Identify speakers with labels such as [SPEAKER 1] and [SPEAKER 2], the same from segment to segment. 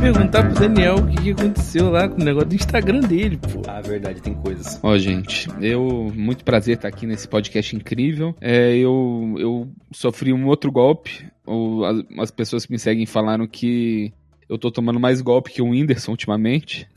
[SPEAKER 1] perguntar pro Daniel o que, que aconteceu lá com o negócio do Instagram dele, pô.
[SPEAKER 2] Ah, verdade, tem coisas.
[SPEAKER 3] Ó, gente, eu. Muito prazer estar aqui nesse podcast incrível. É, eu, eu sofri um outro golpe. Ou as, as pessoas que me seguem falaram que eu tô tomando mais golpe que o Whindersson ultimamente.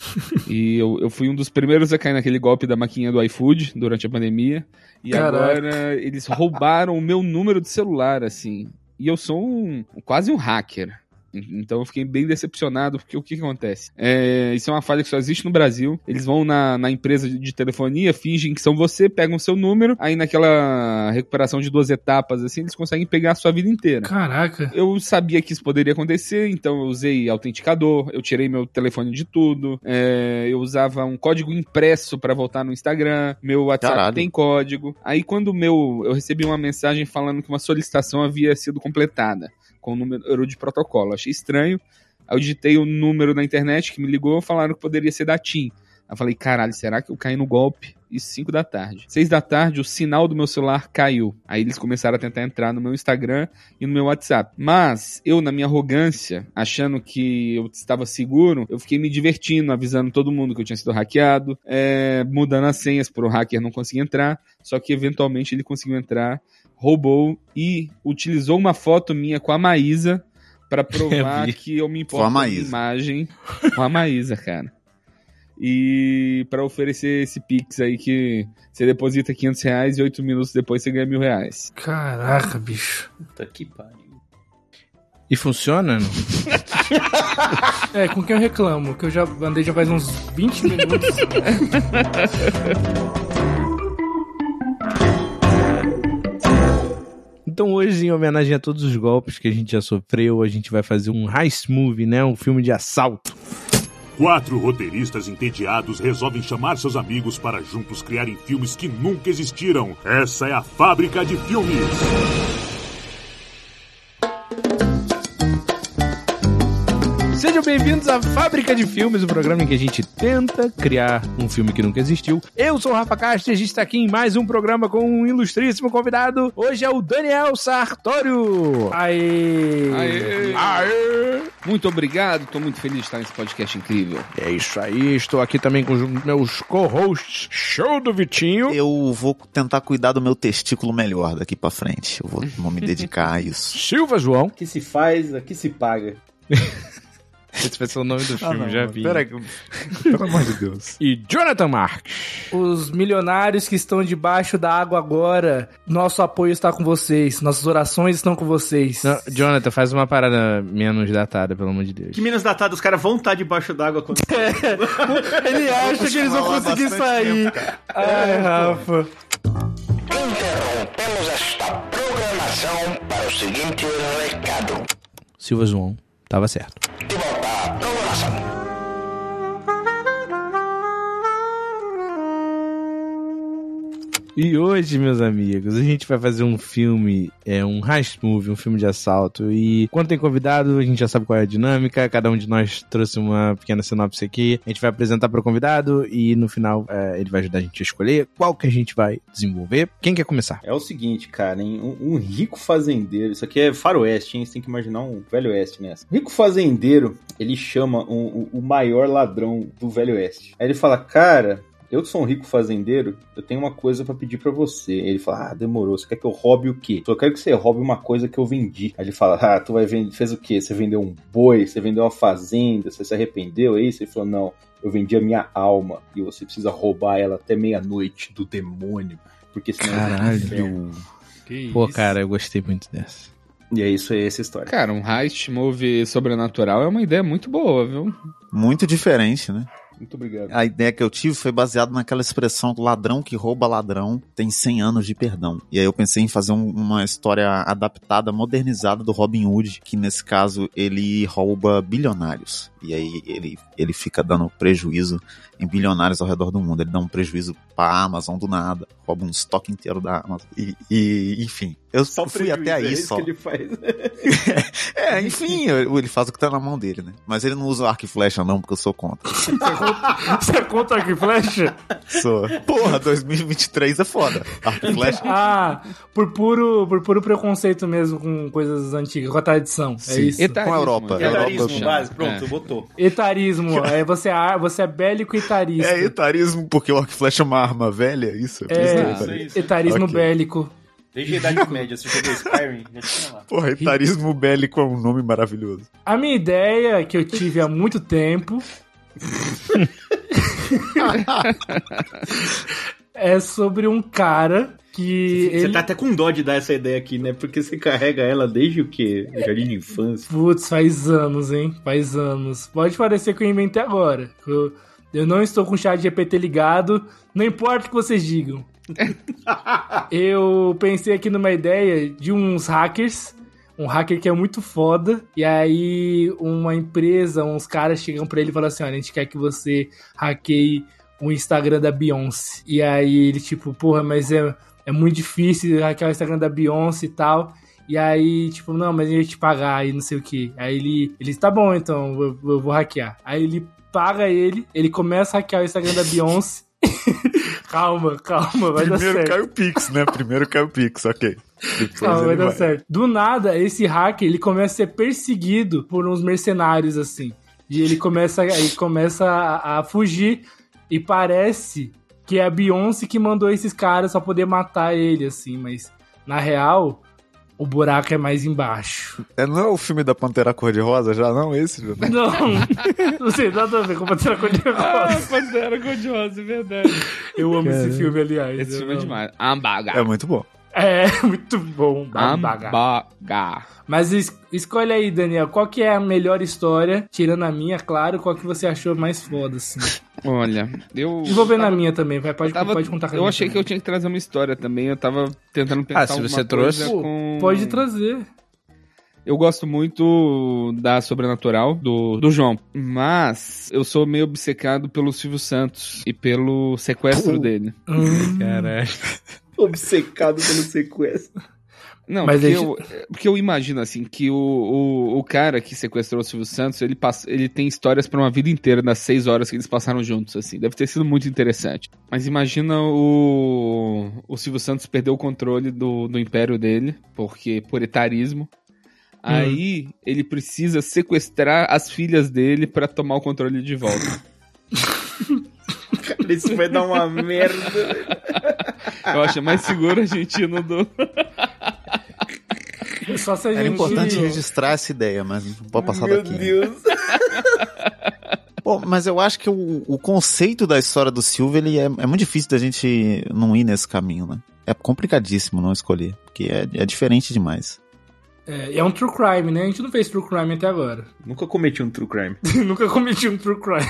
[SPEAKER 3] e eu, eu fui um dos primeiros a cair naquele golpe da maquinha do iFood durante a pandemia. E
[SPEAKER 1] Caraca.
[SPEAKER 3] agora eles roubaram o meu número de celular, assim. E eu sou um, quase um hacker. Então eu fiquei bem decepcionado, porque o que, que acontece? É, isso é uma falha que só existe no Brasil. Eles vão na, na empresa de- de telefonia, fingem que são você, pegam o seu número, aí naquela recuperação de duas etapas, assim, eles conseguem pegar a sua vida inteira.
[SPEAKER 1] Caraca.
[SPEAKER 3] Eu sabia que isso poderia acontecer, então eu usei autenticador, eu tirei meu telefone de tudo, é, eu usava um código impresso pra voltar no Instagram, meu WhatsApp
[SPEAKER 4] Caralho.
[SPEAKER 3] tem código. Aí quando o meu, eu recebi uma mensagem falando que uma solicitação havia sido completada com o número de protocolo. Achei estranho. Aí eu digitei o número na internet que me ligou, falaram que poderia ser da TIM. Aí eu falei, caralho, será que eu caí no golpe? E 5 da tarde. 6 da tarde, o sinal do meu celular caiu. Aí eles começaram a tentar entrar no meu Instagram e no meu WhatsApp. Mas eu, na minha arrogância, achando que eu estava seguro, eu fiquei me divertindo, avisando todo mundo que eu tinha sido hackeado, é, mudando as senhas para o hacker não conseguir entrar. Só que eventualmente ele conseguiu entrar, roubou e utilizou uma foto minha com a Maísa para provar
[SPEAKER 2] vi.
[SPEAKER 3] que eu me importo com
[SPEAKER 4] Com a
[SPEAKER 3] a minha
[SPEAKER 4] Maísa.
[SPEAKER 3] imagem com a Maísa, cara. E para oferecer esse Pix aí que você deposita 500 reais e 8 minutos depois você ganha mil reais.
[SPEAKER 1] Caraca, bicho.
[SPEAKER 2] Puta que pariu.
[SPEAKER 5] E funciona? não?
[SPEAKER 1] É, com quem eu reclamo? Que eu já andei já faz uns 20 minutos.
[SPEAKER 5] Então hoje, em homenagem a todos os golpes que a gente já sofreu, a gente vai fazer um heist movie, né? Um filme de assalto.
[SPEAKER 6] Quatro roteiristas entediados resolvem chamar seus amigos para juntos criarem filmes que nunca existiram. Essa é a fábrica de filmes.
[SPEAKER 5] Sejam bem-vindos à Fábrica de Filmes, o programa em que a gente tenta criar um filme que nunca existiu. Eu sou o Rafa Castro e a gente está aqui em mais um programa com um ilustríssimo convidado. Hoje é o Daniel Sartório.
[SPEAKER 1] Aê.
[SPEAKER 3] Aê. Muito obrigado, tô muito feliz de estar nesse podcast incrível.
[SPEAKER 5] É isso aí, estou aqui também com os meus co-hosts. Show do Vitinho.
[SPEAKER 4] Eu vou tentar cuidar do meu testículo melhor daqui pra frente. Eu vou, vou me dedicar a isso.
[SPEAKER 5] Silva João.
[SPEAKER 2] Aqui se faz, aqui se paga.
[SPEAKER 5] Esse vai ser o nome do
[SPEAKER 7] Ah,
[SPEAKER 4] Pera aí, pelo amor de Deus.
[SPEAKER 5] E Jonathan Marques.
[SPEAKER 1] Os milionários que estão debaixo da água agora, nosso apoio está com vocês, nossas orações estão com vocês.
[SPEAKER 5] Não, Jonathan, faz uma parada menos datada, pelo amor de Deus. É,
[SPEAKER 7] Que Minas datada, os caras vão estar debaixo d'água quando.
[SPEAKER 1] Ele acha que eles vão
[SPEAKER 4] falar
[SPEAKER 1] conseguir
[SPEAKER 4] bastante
[SPEAKER 1] sair. Ai,
[SPEAKER 7] É,
[SPEAKER 1] Rafa.
[SPEAKER 5] Silva João, tava certo. E hoje, meus amigos, a gente vai fazer um filme, é um heist movie, um filme de assalto. E quando tem convidado, a gente já sabe qual é a dinâmica. Cada um de nós trouxe uma pequena sinopse aqui. A gente vai apresentar para o convidado e no final é, ele vai ajudar a gente a escolher qual que a gente vai desenvolver. Quem quer começar?
[SPEAKER 2] É o seguinte, cara, hein? Um, um rico fazendeiro. Isso aqui é faroeste, hein? Você tem que imaginar um velho oeste nessa. Rico fazendeiro, ele chama um- o, o maior ladrão do velho oeste. Aí ele fala, cara. Eu sou um rico fazendeiro, eu tenho uma coisa pra pedir pra você. Aí Ele fala: Ah, demorou. Você quer que eu roube o quê? Só quero que você roube uma coisa que eu vendi. Aí ele fala: Ah, tu vai vender. Fez o quê? Você vendeu um boi? Você vendeu uma fazenda? Você se arrependeu? É isso? Ele falou: Não, eu vendi a minha alma e você precisa roubar ela até meia-noite do demônio. Porque senão eu vou pro
[SPEAKER 5] Caralho.
[SPEAKER 2] inferno."
[SPEAKER 5] Pô, cara, eu gostei muito dessa.
[SPEAKER 2] E é isso aí, essa história.
[SPEAKER 3] Cara, um heist move sobrenatural é uma ideia muito boa, viu?
[SPEAKER 4] Muito diferente, né?
[SPEAKER 2] Muito obrigado.
[SPEAKER 4] A ideia que eu tive foi baseada naquela expressão ladrão que rouba ladrão tem 100 anos de perdão. E aí eu pensei em fazer um- uma história adaptada, modernizada do Robin Hood, que nesse caso ele rouba bilionários. E aí ele, ele fica dando prejuízo em bilionários ao redor do mundo. Ele dá um prejuíso pra Amazon do nada, rouba um estoque
[SPEAKER 2] é
[SPEAKER 4] inteiro da Amazon. E, e, enfim, eu fui até aí só.
[SPEAKER 2] faz.
[SPEAKER 4] É, É, enfim, ele faz o que tá na mão dele, né? Mas ele não usa arco e flecha, não, porque eu sou contra.
[SPEAKER 1] Você conta aqui, flecha?
[SPEAKER 4] Sou. Porra, 2023 é foda. Arco e flecha.
[SPEAKER 1] Ah, por puro, por puro preconceito mesmo com coisas antigas, com a tradição. É
[SPEAKER 4] Sim.
[SPEAKER 1] isso.
[SPEAKER 3] Etarismo,
[SPEAKER 4] Com a Europa.
[SPEAKER 3] é.
[SPEAKER 7] Etarismo,
[SPEAKER 4] Europa,
[SPEAKER 7] base,
[SPEAKER 3] chama.
[SPEAKER 7] pronto, botou.
[SPEAKER 1] Etarismo. É, você, é, ar- você é bélico etarista.
[SPEAKER 4] É etarismo, porque o arco e flecha é uma arma velha, isso?
[SPEAKER 1] É,
[SPEAKER 4] Isso
[SPEAKER 7] isso aí.
[SPEAKER 1] etarismo
[SPEAKER 4] Ok.
[SPEAKER 1] bélico.
[SPEAKER 7] Desde a Idade Média, se jogou Skyrim, já tinha lá.
[SPEAKER 4] Porra, etarismo bélico é um nome maravilhoso.
[SPEAKER 1] A minha ideia que eu tive há muito tempo é sobre um cara que
[SPEAKER 2] Você
[SPEAKER 1] ele
[SPEAKER 2] tá até com dó de dar essa ideia aqui, né? Porque você carrega ela desde o quê? Jardim de infância.
[SPEAKER 1] Putz, faz anos, hein? Faz anos. Pode parecer que eu inventei agora. Eu, eu não estou com o chat GPT ligado, não importa o que vocês digam. eu pensei aqui numa ideia de uns hackers, um hacker que é muito foda, e aí uma empresa, uns caras chegam pra ele e falam assim, olha, a gente quer que você hackeie o Instagram da Beyoncé. E aí ele tipo, porra, mas é, é muito difícil hackear o Instagram da Beyoncé e tal. E aí, tipo, não, mas a gente pagar e não sei o que. Aí ele, ele tá bom, então eu, eu vou hackear. Aí ele paga ele, ele começa a hackear o Instagram da Beyoncé. calma, calma, vai dar
[SPEAKER 4] Primeiro
[SPEAKER 1] certo.
[SPEAKER 4] cai o Pix, né? Primeiro cai o Pix, ok. Depois
[SPEAKER 1] Calma, vai
[SPEAKER 4] ele
[SPEAKER 1] dar
[SPEAKER 4] vai.
[SPEAKER 1] certo. Do nada, esse hacker, ele começa a ser perseguido por uns mercenários, assim. E ele começa, ele começa a, a fugir e parece que é a Beyoncé que mandou esses caras pra poder matar ele, assim. Mas, na real, o buraco é mais embaixo.
[SPEAKER 4] É, não é o filme da Pantera Cor-de-Rosa já, não? Esse, né? Júlio?
[SPEAKER 1] Não, não sei nada a ver com Pantera Cor-de-Rosa.
[SPEAKER 3] Pantera Cor-de-Rosa, é verdade.
[SPEAKER 1] Eu amo esse
[SPEAKER 5] Cara.
[SPEAKER 1] filme, aliás.
[SPEAKER 3] Esse
[SPEAKER 1] Eu
[SPEAKER 3] filme é
[SPEAKER 1] amo.
[SPEAKER 3] demais.
[SPEAKER 4] É
[SPEAKER 3] Ambaga.
[SPEAKER 4] muito bom.
[SPEAKER 1] É, muito bom. um Baga.
[SPEAKER 3] Ambaga.
[SPEAKER 1] Mas es- escolhe aí, Daniel, qual que é a melhor história, tirando a minha, claro, qual que você achou mais foda, assim.
[SPEAKER 3] Olha, eu...
[SPEAKER 1] Envolvendo a minha também, vai, pode,
[SPEAKER 3] Tava-
[SPEAKER 1] pode contar com a
[SPEAKER 3] eu
[SPEAKER 1] minha
[SPEAKER 3] achei que eu
[SPEAKER 1] também.
[SPEAKER 3] tinha que trazer uma história também. Eu tava tentando pensar
[SPEAKER 5] Ah, se
[SPEAKER 3] alguma
[SPEAKER 5] você
[SPEAKER 3] coisa
[SPEAKER 5] trouxe-
[SPEAKER 3] com...
[SPEAKER 1] Pode trazer.
[SPEAKER 3] Eu gosto muito da Sobrenatural, do, do João. Mas eu sou meio obcecado pelo Silvio Santos e pelo sequestro dele.
[SPEAKER 5] Hum. Caralho.
[SPEAKER 2] Obcecado pelo sequestro.
[SPEAKER 3] Não,
[SPEAKER 1] Mas
[SPEAKER 3] porque,
[SPEAKER 1] aí-
[SPEAKER 3] eu, é, porque eu imagino, assim, que o, o, o cara que sequestrou o Silvio Santos, ele, passa, ele tem histórias pra uma vida inteira das seis horas que eles passaram juntos, assim. Deve ter sido muito interessante. Mas imagina o, o Silvio Santos perdeu o controle do, do império dele, porque por etarismo.
[SPEAKER 1] Hum.
[SPEAKER 3] Aí ele precisa sequestrar as filhas dele pra tomar o controle de volta.
[SPEAKER 2] Cara, isso vai dar uma merda.
[SPEAKER 3] Eu acho mais seguro a gente ir no do.
[SPEAKER 1] Só se a gente...
[SPEAKER 4] Era importante registrar essa ideia, mas não pode passar
[SPEAKER 2] Meu
[SPEAKER 4] daqui. né?
[SPEAKER 2] Deus.
[SPEAKER 4] Bom, mas eu acho que o, o conceito da história do Silva ele é, é muito difícil da gente não ir nesse caminho, né? É complicadíssimo não escolher, porque é, é diferente demais.
[SPEAKER 1] É, é um true crime, né? A gente não fez true crime até agora.
[SPEAKER 2] Nunca cometi um true crime.
[SPEAKER 1] Nunca cometi um true crime.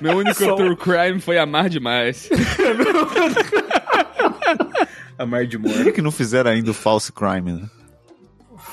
[SPEAKER 3] Meu único
[SPEAKER 1] Só- um
[SPEAKER 3] true crime foi amar demais.
[SPEAKER 2] Amar de
[SPEAKER 4] Por
[SPEAKER 2] morte.
[SPEAKER 4] que não fizeram ainda o false crime, né?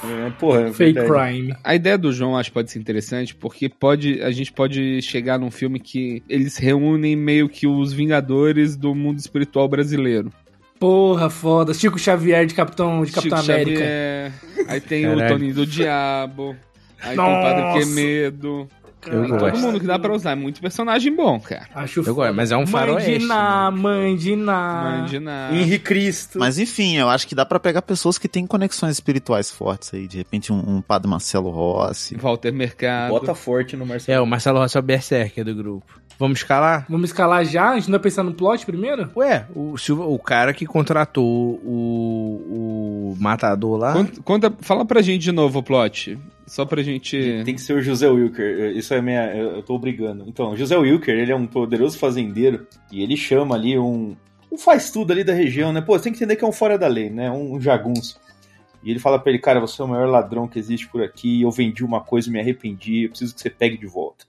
[SPEAKER 2] É, porra, é
[SPEAKER 1] Fake
[SPEAKER 2] verdade.
[SPEAKER 1] crime.
[SPEAKER 3] A ideia do João acho que pode ser interessante, porque pode, a gente pode chegar num filme que eles reúnem meio que os Vingadores do mundo espiritual brasileiro.
[SPEAKER 1] Porra, foda. Chico Xavier de Capitão, de Capitão
[SPEAKER 3] Chico
[SPEAKER 1] América.
[SPEAKER 3] Xavier, É, aí tem o
[SPEAKER 5] Caralho.
[SPEAKER 3] Toninho do Diabo, aí tem o
[SPEAKER 1] Nossa.
[SPEAKER 3] Padre Quemedo.
[SPEAKER 5] Eu
[SPEAKER 3] Tem todo
[SPEAKER 5] gosto.
[SPEAKER 3] mundo que dá pra usar, é muito personagem bom, cara.
[SPEAKER 1] Acho
[SPEAKER 5] Eu gosto, mas é um faroeste,
[SPEAKER 1] Mandiná,
[SPEAKER 5] né?
[SPEAKER 1] mandiná.
[SPEAKER 3] Imagina.
[SPEAKER 2] Henri Cristo.
[SPEAKER 4] Mas enfim, eu acho que dá pra pegar pessoas que têm conexões espirituais fortes aí. De repente, um, um padre Marcelo Rossi.
[SPEAKER 3] Walter Mercado.
[SPEAKER 2] Bota forte no Marcelo.
[SPEAKER 5] É, o Marcelo Rossi é o berserker do grupo. Vamos escalar?
[SPEAKER 1] Vamos escalar já? A gente não vai pensar no plot primeiro?
[SPEAKER 5] Ué, o, Silva, o cara que contratou o, o matador lá.
[SPEAKER 3] Conta, conta- fala pra gente de novo o plot. Só pra gente.
[SPEAKER 2] Tem que ser o José Wilker. Isso é minha. Eu eu tô obrigando. Então, o José Wilker, ele é um poderoso fazendeiro e ele chama ali um. Um faz tudo ali da região, né? Pô, você tem que entender que é um fora da lei, né? Um, um jagunço. E ele fala pra ele, cara, você é o maior ladrão que existe por aqui. Eu vendi uma coisa, me arrependi. Eu preciso que você pegue de volta.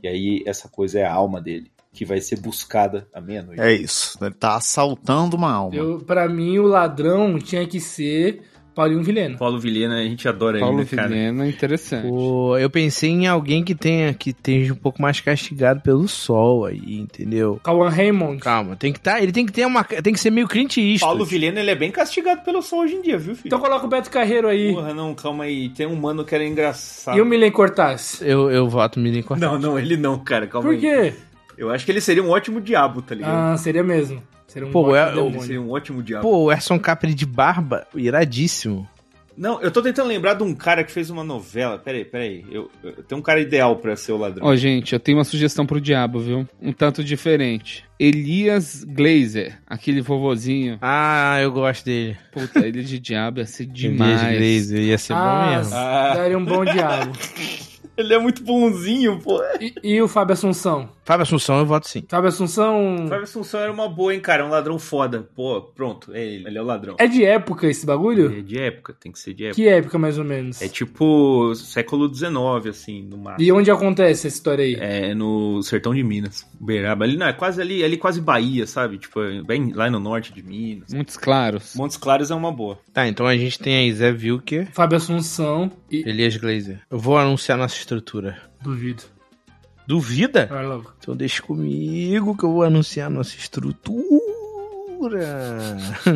[SPEAKER 2] E aí, essa coisa é a alma dele, que vai ser buscada à meia-noite.
[SPEAKER 3] É
[SPEAKER 4] É isso. Ele tá né? assaltando uma alma.
[SPEAKER 1] Eu, pra mim, o ladrão tinha que ser Paulinho Vilhena.
[SPEAKER 2] Paulo Vilhena, a gente adora
[SPEAKER 3] Paulo
[SPEAKER 2] ele, né, cara?
[SPEAKER 3] Vilhena, interessante.
[SPEAKER 5] Pô, eu pensei em alguém que tenha que esteja um pouco mais castigado pelo sol aí, entendeu?
[SPEAKER 1] Cauan Raymond.
[SPEAKER 5] Calma, tem que tá, ele tem que ter uma, tem que ser meio Clint Eastwood.
[SPEAKER 7] Paulo Vilhena, ele é bem castigado pelo som hoje em dia, viu, filho?
[SPEAKER 1] Então coloca o Beto Carreiro aí
[SPEAKER 7] Porra, não, calma aí. Tem um mano que era
[SPEAKER 2] tá.
[SPEAKER 7] engraçado.
[SPEAKER 1] e o Milen Cortaz.
[SPEAKER 5] eu, eu voto Milen Cortez.
[SPEAKER 2] Não, não, ele não, cara, calma
[SPEAKER 1] Por
[SPEAKER 2] aí.
[SPEAKER 1] quê?
[SPEAKER 2] Eu acho que ele seria um ótimo diabo, tá ligado?
[SPEAKER 1] Ah, seria mesmo. Seria um
[SPEAKER 5] Pô,
[SPEAKER 1] ótimo
[SPEAKER 5] é- eu-
[SPEAKER 2] ele
[SPEAKER 1] demônio.
[SPEAKER 2] seria um ótimo diabo.
[SPEAKER 5] Pô, o Erson Capri de barba, iradíssimo.
[SPEAKER 2] Não, eu tô tentando lembrar de um cara que fez uma novela. Peraí, peraí. Eu, eu, tem um cara ideal pra ser o ladrão.
[SPEAKER 3] Ó, gente, eu tenho uma sugestão pro diabo, viu? Um tanto diferente. Elias Glazer, aquele vovozinho.
[SPEAKER 5] Ah, eu gosto dele.
[SPEAKER 3] Puta, ele é de diabo ia ser demais.
[SPEAKER 5] Glaze, ia ser é bom
[SPEAKER 1] Ah,
[SPEAKER 5] mesmo.
[SPEAKER 2] Ah.
[SPEAKER 1] Daria um bom diabo.
[SPEAKER 2] Ele é muito bonzinho, pô.
[SPEAKER 1] E, e o Fábio Assunção?
[SPEAKER 5] Fábio Assunção, eu voto sim.
[SPEAKER 1] Fábio Assunção.
[SPEAKER 2] Fábio Assunção era uma boa, hein, cara? Um ladrão foda. Pô, pronto, é ele. Ele é o ladrão.
[SPEAKER 1] É de época esse bagulho?
[SPEAKER 2] É de época, tem que ser de época.
[SPEAKER 1] Que época, mais ou menos?
[SPEAKER 2] É tipo século XIX, assim, no mar.
[SPEAKER 1] E onde acontece essa história aí?
[SPEAKER 2] É no sertão de Minas, Uberaba. Ali não, é quase ali, ali quase Bahia, sabe? Tipo, é bem lá no norte de Minas.
[SPEAKER 1] Hum.
[SPEAKER 3] Muitos claros.
[SPEAKER 2] Montes Claros é uma boa.
[SPEAKER 5] Tá, então a gente tem aí Zé Vilker,
[SPEAKER 1] Fábio Assunção e...
[SPEAKER 5] Elias Glazer. Eu vou anunciar nossa estrutura.
[SPEAKER 1] Duvido.
[SPEAKER 5] Duvida?
[SPEAKER 1] Vai logo.
[SPEAKER 5] Então deixa comigo que eu vou anunciar nossa estrutura.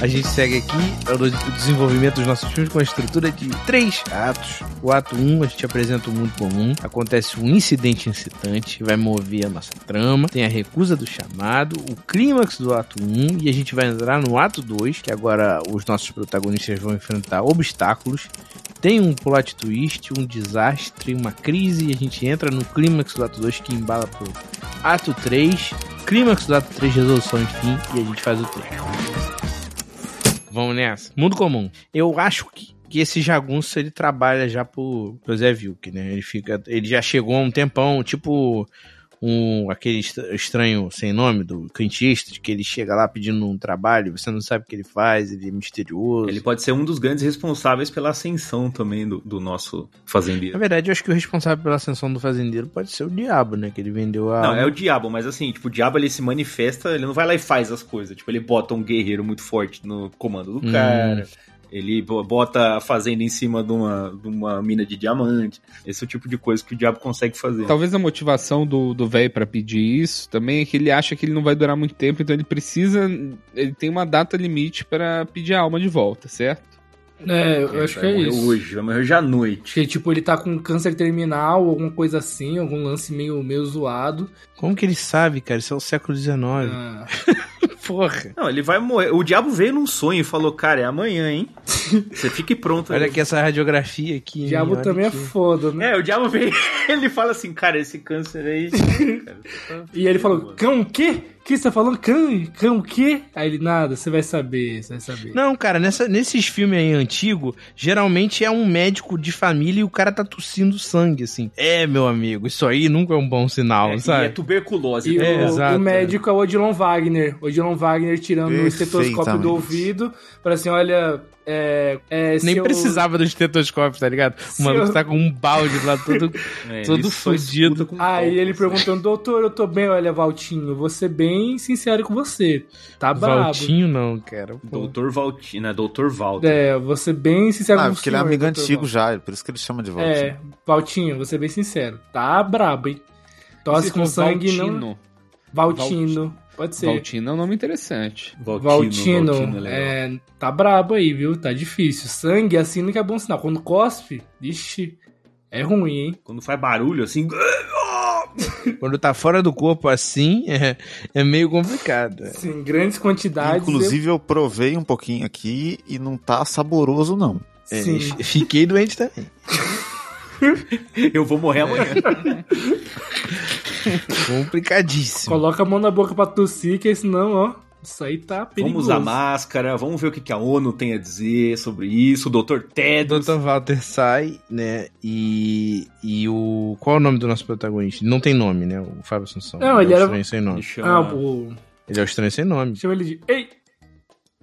[SPEAKER 5] A gente segue aqui é o desenvolvimento dos nossos filmes com a estrutura de três atos. O ato 1, um, a gente apresenta o mundo comum. Acontece um incidente incitante que vai mover a nossa trama. Tem a recusa do chamado, o clímax do ato 1. Um, e a gente vai entrar no ato 2, que agora os nossos protagonistas vão enfrentar obstáculos. Tem um plot twist, um desastre, uma crise. E a gente entra no clímax do ato 2 que embala pro ato 3. Clímax do ato 3, resolução enfim. E a gente faz o 3. Vamos nessa. Mundo comum. Eu acho que, que esse jagunço ele trabalha já pro, pro Zé Vilk, né? Ele fica. Ele já chegou há um tempão, tipo um aquele estra- estranho sem nome do cantista, que ele chega lá pedindo um trabalho, você não sabe o que ele faz, ele é misterioso.
[SPEAKER 2] Ele pode ser um dos grandes responsáveis pela ascensão também do, do nosso
[SPEAKER 5] Na
[SPEAKER 1] Ah.
[SPEAKER 2] fazendeiro.
[SPEAKER 5] verdade, eu acho que o responsável pela ascensão do fazendeiro pode ser o diabo, né? Que ele vendeu a.
[SPEAKER 2] Não, é o diabo, mas assim, tipo, o diabo ele se manifesta, ele não vai lá e faz as coisas. Tipo, ele bota um guerreiro muito forte no comando do
[SPEAKER 5] Hum.
[SPEAKER 2] cara. Ele bo- bota a fazenda em cima de uma, de uma mina de diamante. Esse é o tipo de coisa que o diabo consegue fazer.
[SPEAKER 1] Então,
[SPEAKER 3] Talvez a motivação do do velho pra pedir isso também é que ele acha que ele não vai durar muito tempo, então ele precisa. Ele tem uma data limite pra pedir a alma de volta, certo?
[SPEAKER 1] É, eu acho que é
[SPEAKER 2] vai morrer
[SPEAKER 1] isso.
[SPEAKER 2] hoje, vai morrer hoje à noite.
[SPEAKER 1] Acho que, tipo, ele tá com câncer terminal, alguma coisa assim, algum lance meio, meio zoado.
[SPEAKER 5] Como que ele sabe, cara? Isso é o século XIX.
[SPEAKER 1] Ah,
[SPEAKER 5] Porra.
[SPEAKER 2] Não, ele vai morrer. O diabo veio num sonho e falou, cara, é amanhã, hein? Você fique pronto. aí."
[SPEAKER 5] Olha aqui essa radiografia aqui.
[SPEAKER 1] o
[SPEAKER 5] hein?
[SPEAKER 1] diabo
[SPEAKER 5] Olha
[SPEAKER 1] também é
[SPEAKER 5] aqui.
[SPEAKER 1] foda, né?
[SPEAKER 2] É, o diabo veio ele fala assim, cara, esse câncer aí... cara,
[SPEAKER 5] É
[SPEAKER 2] você tá
[SPEAKER 1] E ele falou,
[SPEAKER 2] mano."
[SPEAKER 1] cão o quê? O que você tá falando? Cão, cão o quê? Aí ele, nada, você vai saber, você vai saber.
[SPEAKER 5] Não, cara, nessa- nesses filmes aí antigos, geralmente é um médico de família e o cara tá tossindo sangue, assim. É, meu amigo, isso aí nunca é um bom sinal,
[SPEAKER 2] É, e é
[SPEAKER 5] sabe?
[SPEAKER 2] tuberculose.
[SPEAKER 1] E
[SPEAKER 2] né?
[SPEAKER 5] É,
[SPEAKER 1] o,
[SPEAKER 5] exato,
[SPEAKER 1] o médico é o Odilon Wagner. Odilon Wagner tirando o estetoscópio
[SPEAKER 4] Perfeitamente.
[SPEAKER 1] do ouvido. Fala assim, olha... É, é, se
[SPEAKER 5] Nem
[SPEAKER 1] eu-
[SPEAKER 5] precisava do estetoscópio, tá ligado? O
[SPEAKER 1] Se
[SPEAKER 5] maluco
[SPEAKER 1] eu-
[SPEAKER 5] tá com um balde lá todo.
[SPEAKER 2] É, ele
[SPEAKER 5] todo
[SPEAKER 2] só
[SPEAKER 5] fudido.
[SPEAKER 2] escuta com
[SPEAKER 1] Aí
[SPEAKER 2] pau,
[SPEAKER 1] ele
[SPEAKER 2] assim.
[SPEAKER 1] perguntando, doutor, eu tô bem, olha, Valtinho, vou ser bem sincero com você. Tá brabo.
[SPEAKER 5] Valtinho, não, cara. Pô.
[SPEAKER 2] Doutor Valtina, né? Doutor Walter.
[SPEAKER 1] É, vou ser bem sincero
[SPEAKER 4] Ah,
[SPEAKER 5] um
[SPEAKER 1] com
[SPEAKER 4] porque ele é
[SPEAKER 1] senhor,
[SPEAKER 4] amigo
[SPEAKER 1] doutor
[SPEAKER 4] antigo
[SPEAKER 1] Val.
[SPEAKER 4] já, por isso que ele chama de volta.
[SPEAKER 1] É, Valtinho, vou ser bem sincero. Tá brabo, hein? Tosse
[SPEAKER 3] Esse
[SPEAKER 1] com sangue não.
[SPEAKER 3] Valtino.
[SPEAKER 1] Valtino. Pode ser.
[SPEAKER 3] Valtino é um nome interessante.
[SPEAKER 2] Valtino,
[SPEAKER 1] Valtino,
[SPEAKER 2] Valtino é legal.
[SPEAKER 1] é, tá brabo aí, viu? Tá difícil. Sangue assim nunca é bom sinal. Quando cospe, ixi, é ruim, hein?
[SPEAKER 2] Quando faz barulho, assim...
[SPEAKER 5] Quando tá fora do corpo assim, é, é meio complicado.
[SPEAKER 1] Em grandes quantidades.
[SPEAKER 4] Inclusive, eu provei um pouquinho aqui e não tá saboroso, não.
[SPEAKER 1] eu-
[SPEAKER 5] É,
[SPEAKER 1] sim.
[SPEAKER 5] fiquei doente tá? também.
[SPEAKER 2] Eu vou morrer amanhã.
[SPEAKER 5] Complicadíssimo.
[SPEAKER 1] Coloca a mão na boca pra tossir, que senão, ó, isso aí tá
[SPEAKER 2] Vamos
[SPEAKER 1] perigoso.
[SPEAKER 2] usar máscara, vamos ver o que que a ONU tem a dizer sobre isso. é O doutor
[SPEAKER 5] O
[SPEAKER 2] Tedros.
[SPEAKER 5] Dr. Walter sai, né? E. E o. Qual é o nome do nosso protagonista? Não tem nome, né? O Fábio Assunção.
[SPEAKER 1] Não, ele
[SPEAKER 5] é o
[SPEAKER 1] era-
[SPEAKER 5] estranho sem
[SPEAKER 2] Ele
[SPEAKER 5] nome.
[SPEAKER 2] chama-
[SPEAKER 1] Ah, o...
[SPEAKER 5] Ele é o estranho sem nome.
[SPEAKER 1] chama ele de. Ei!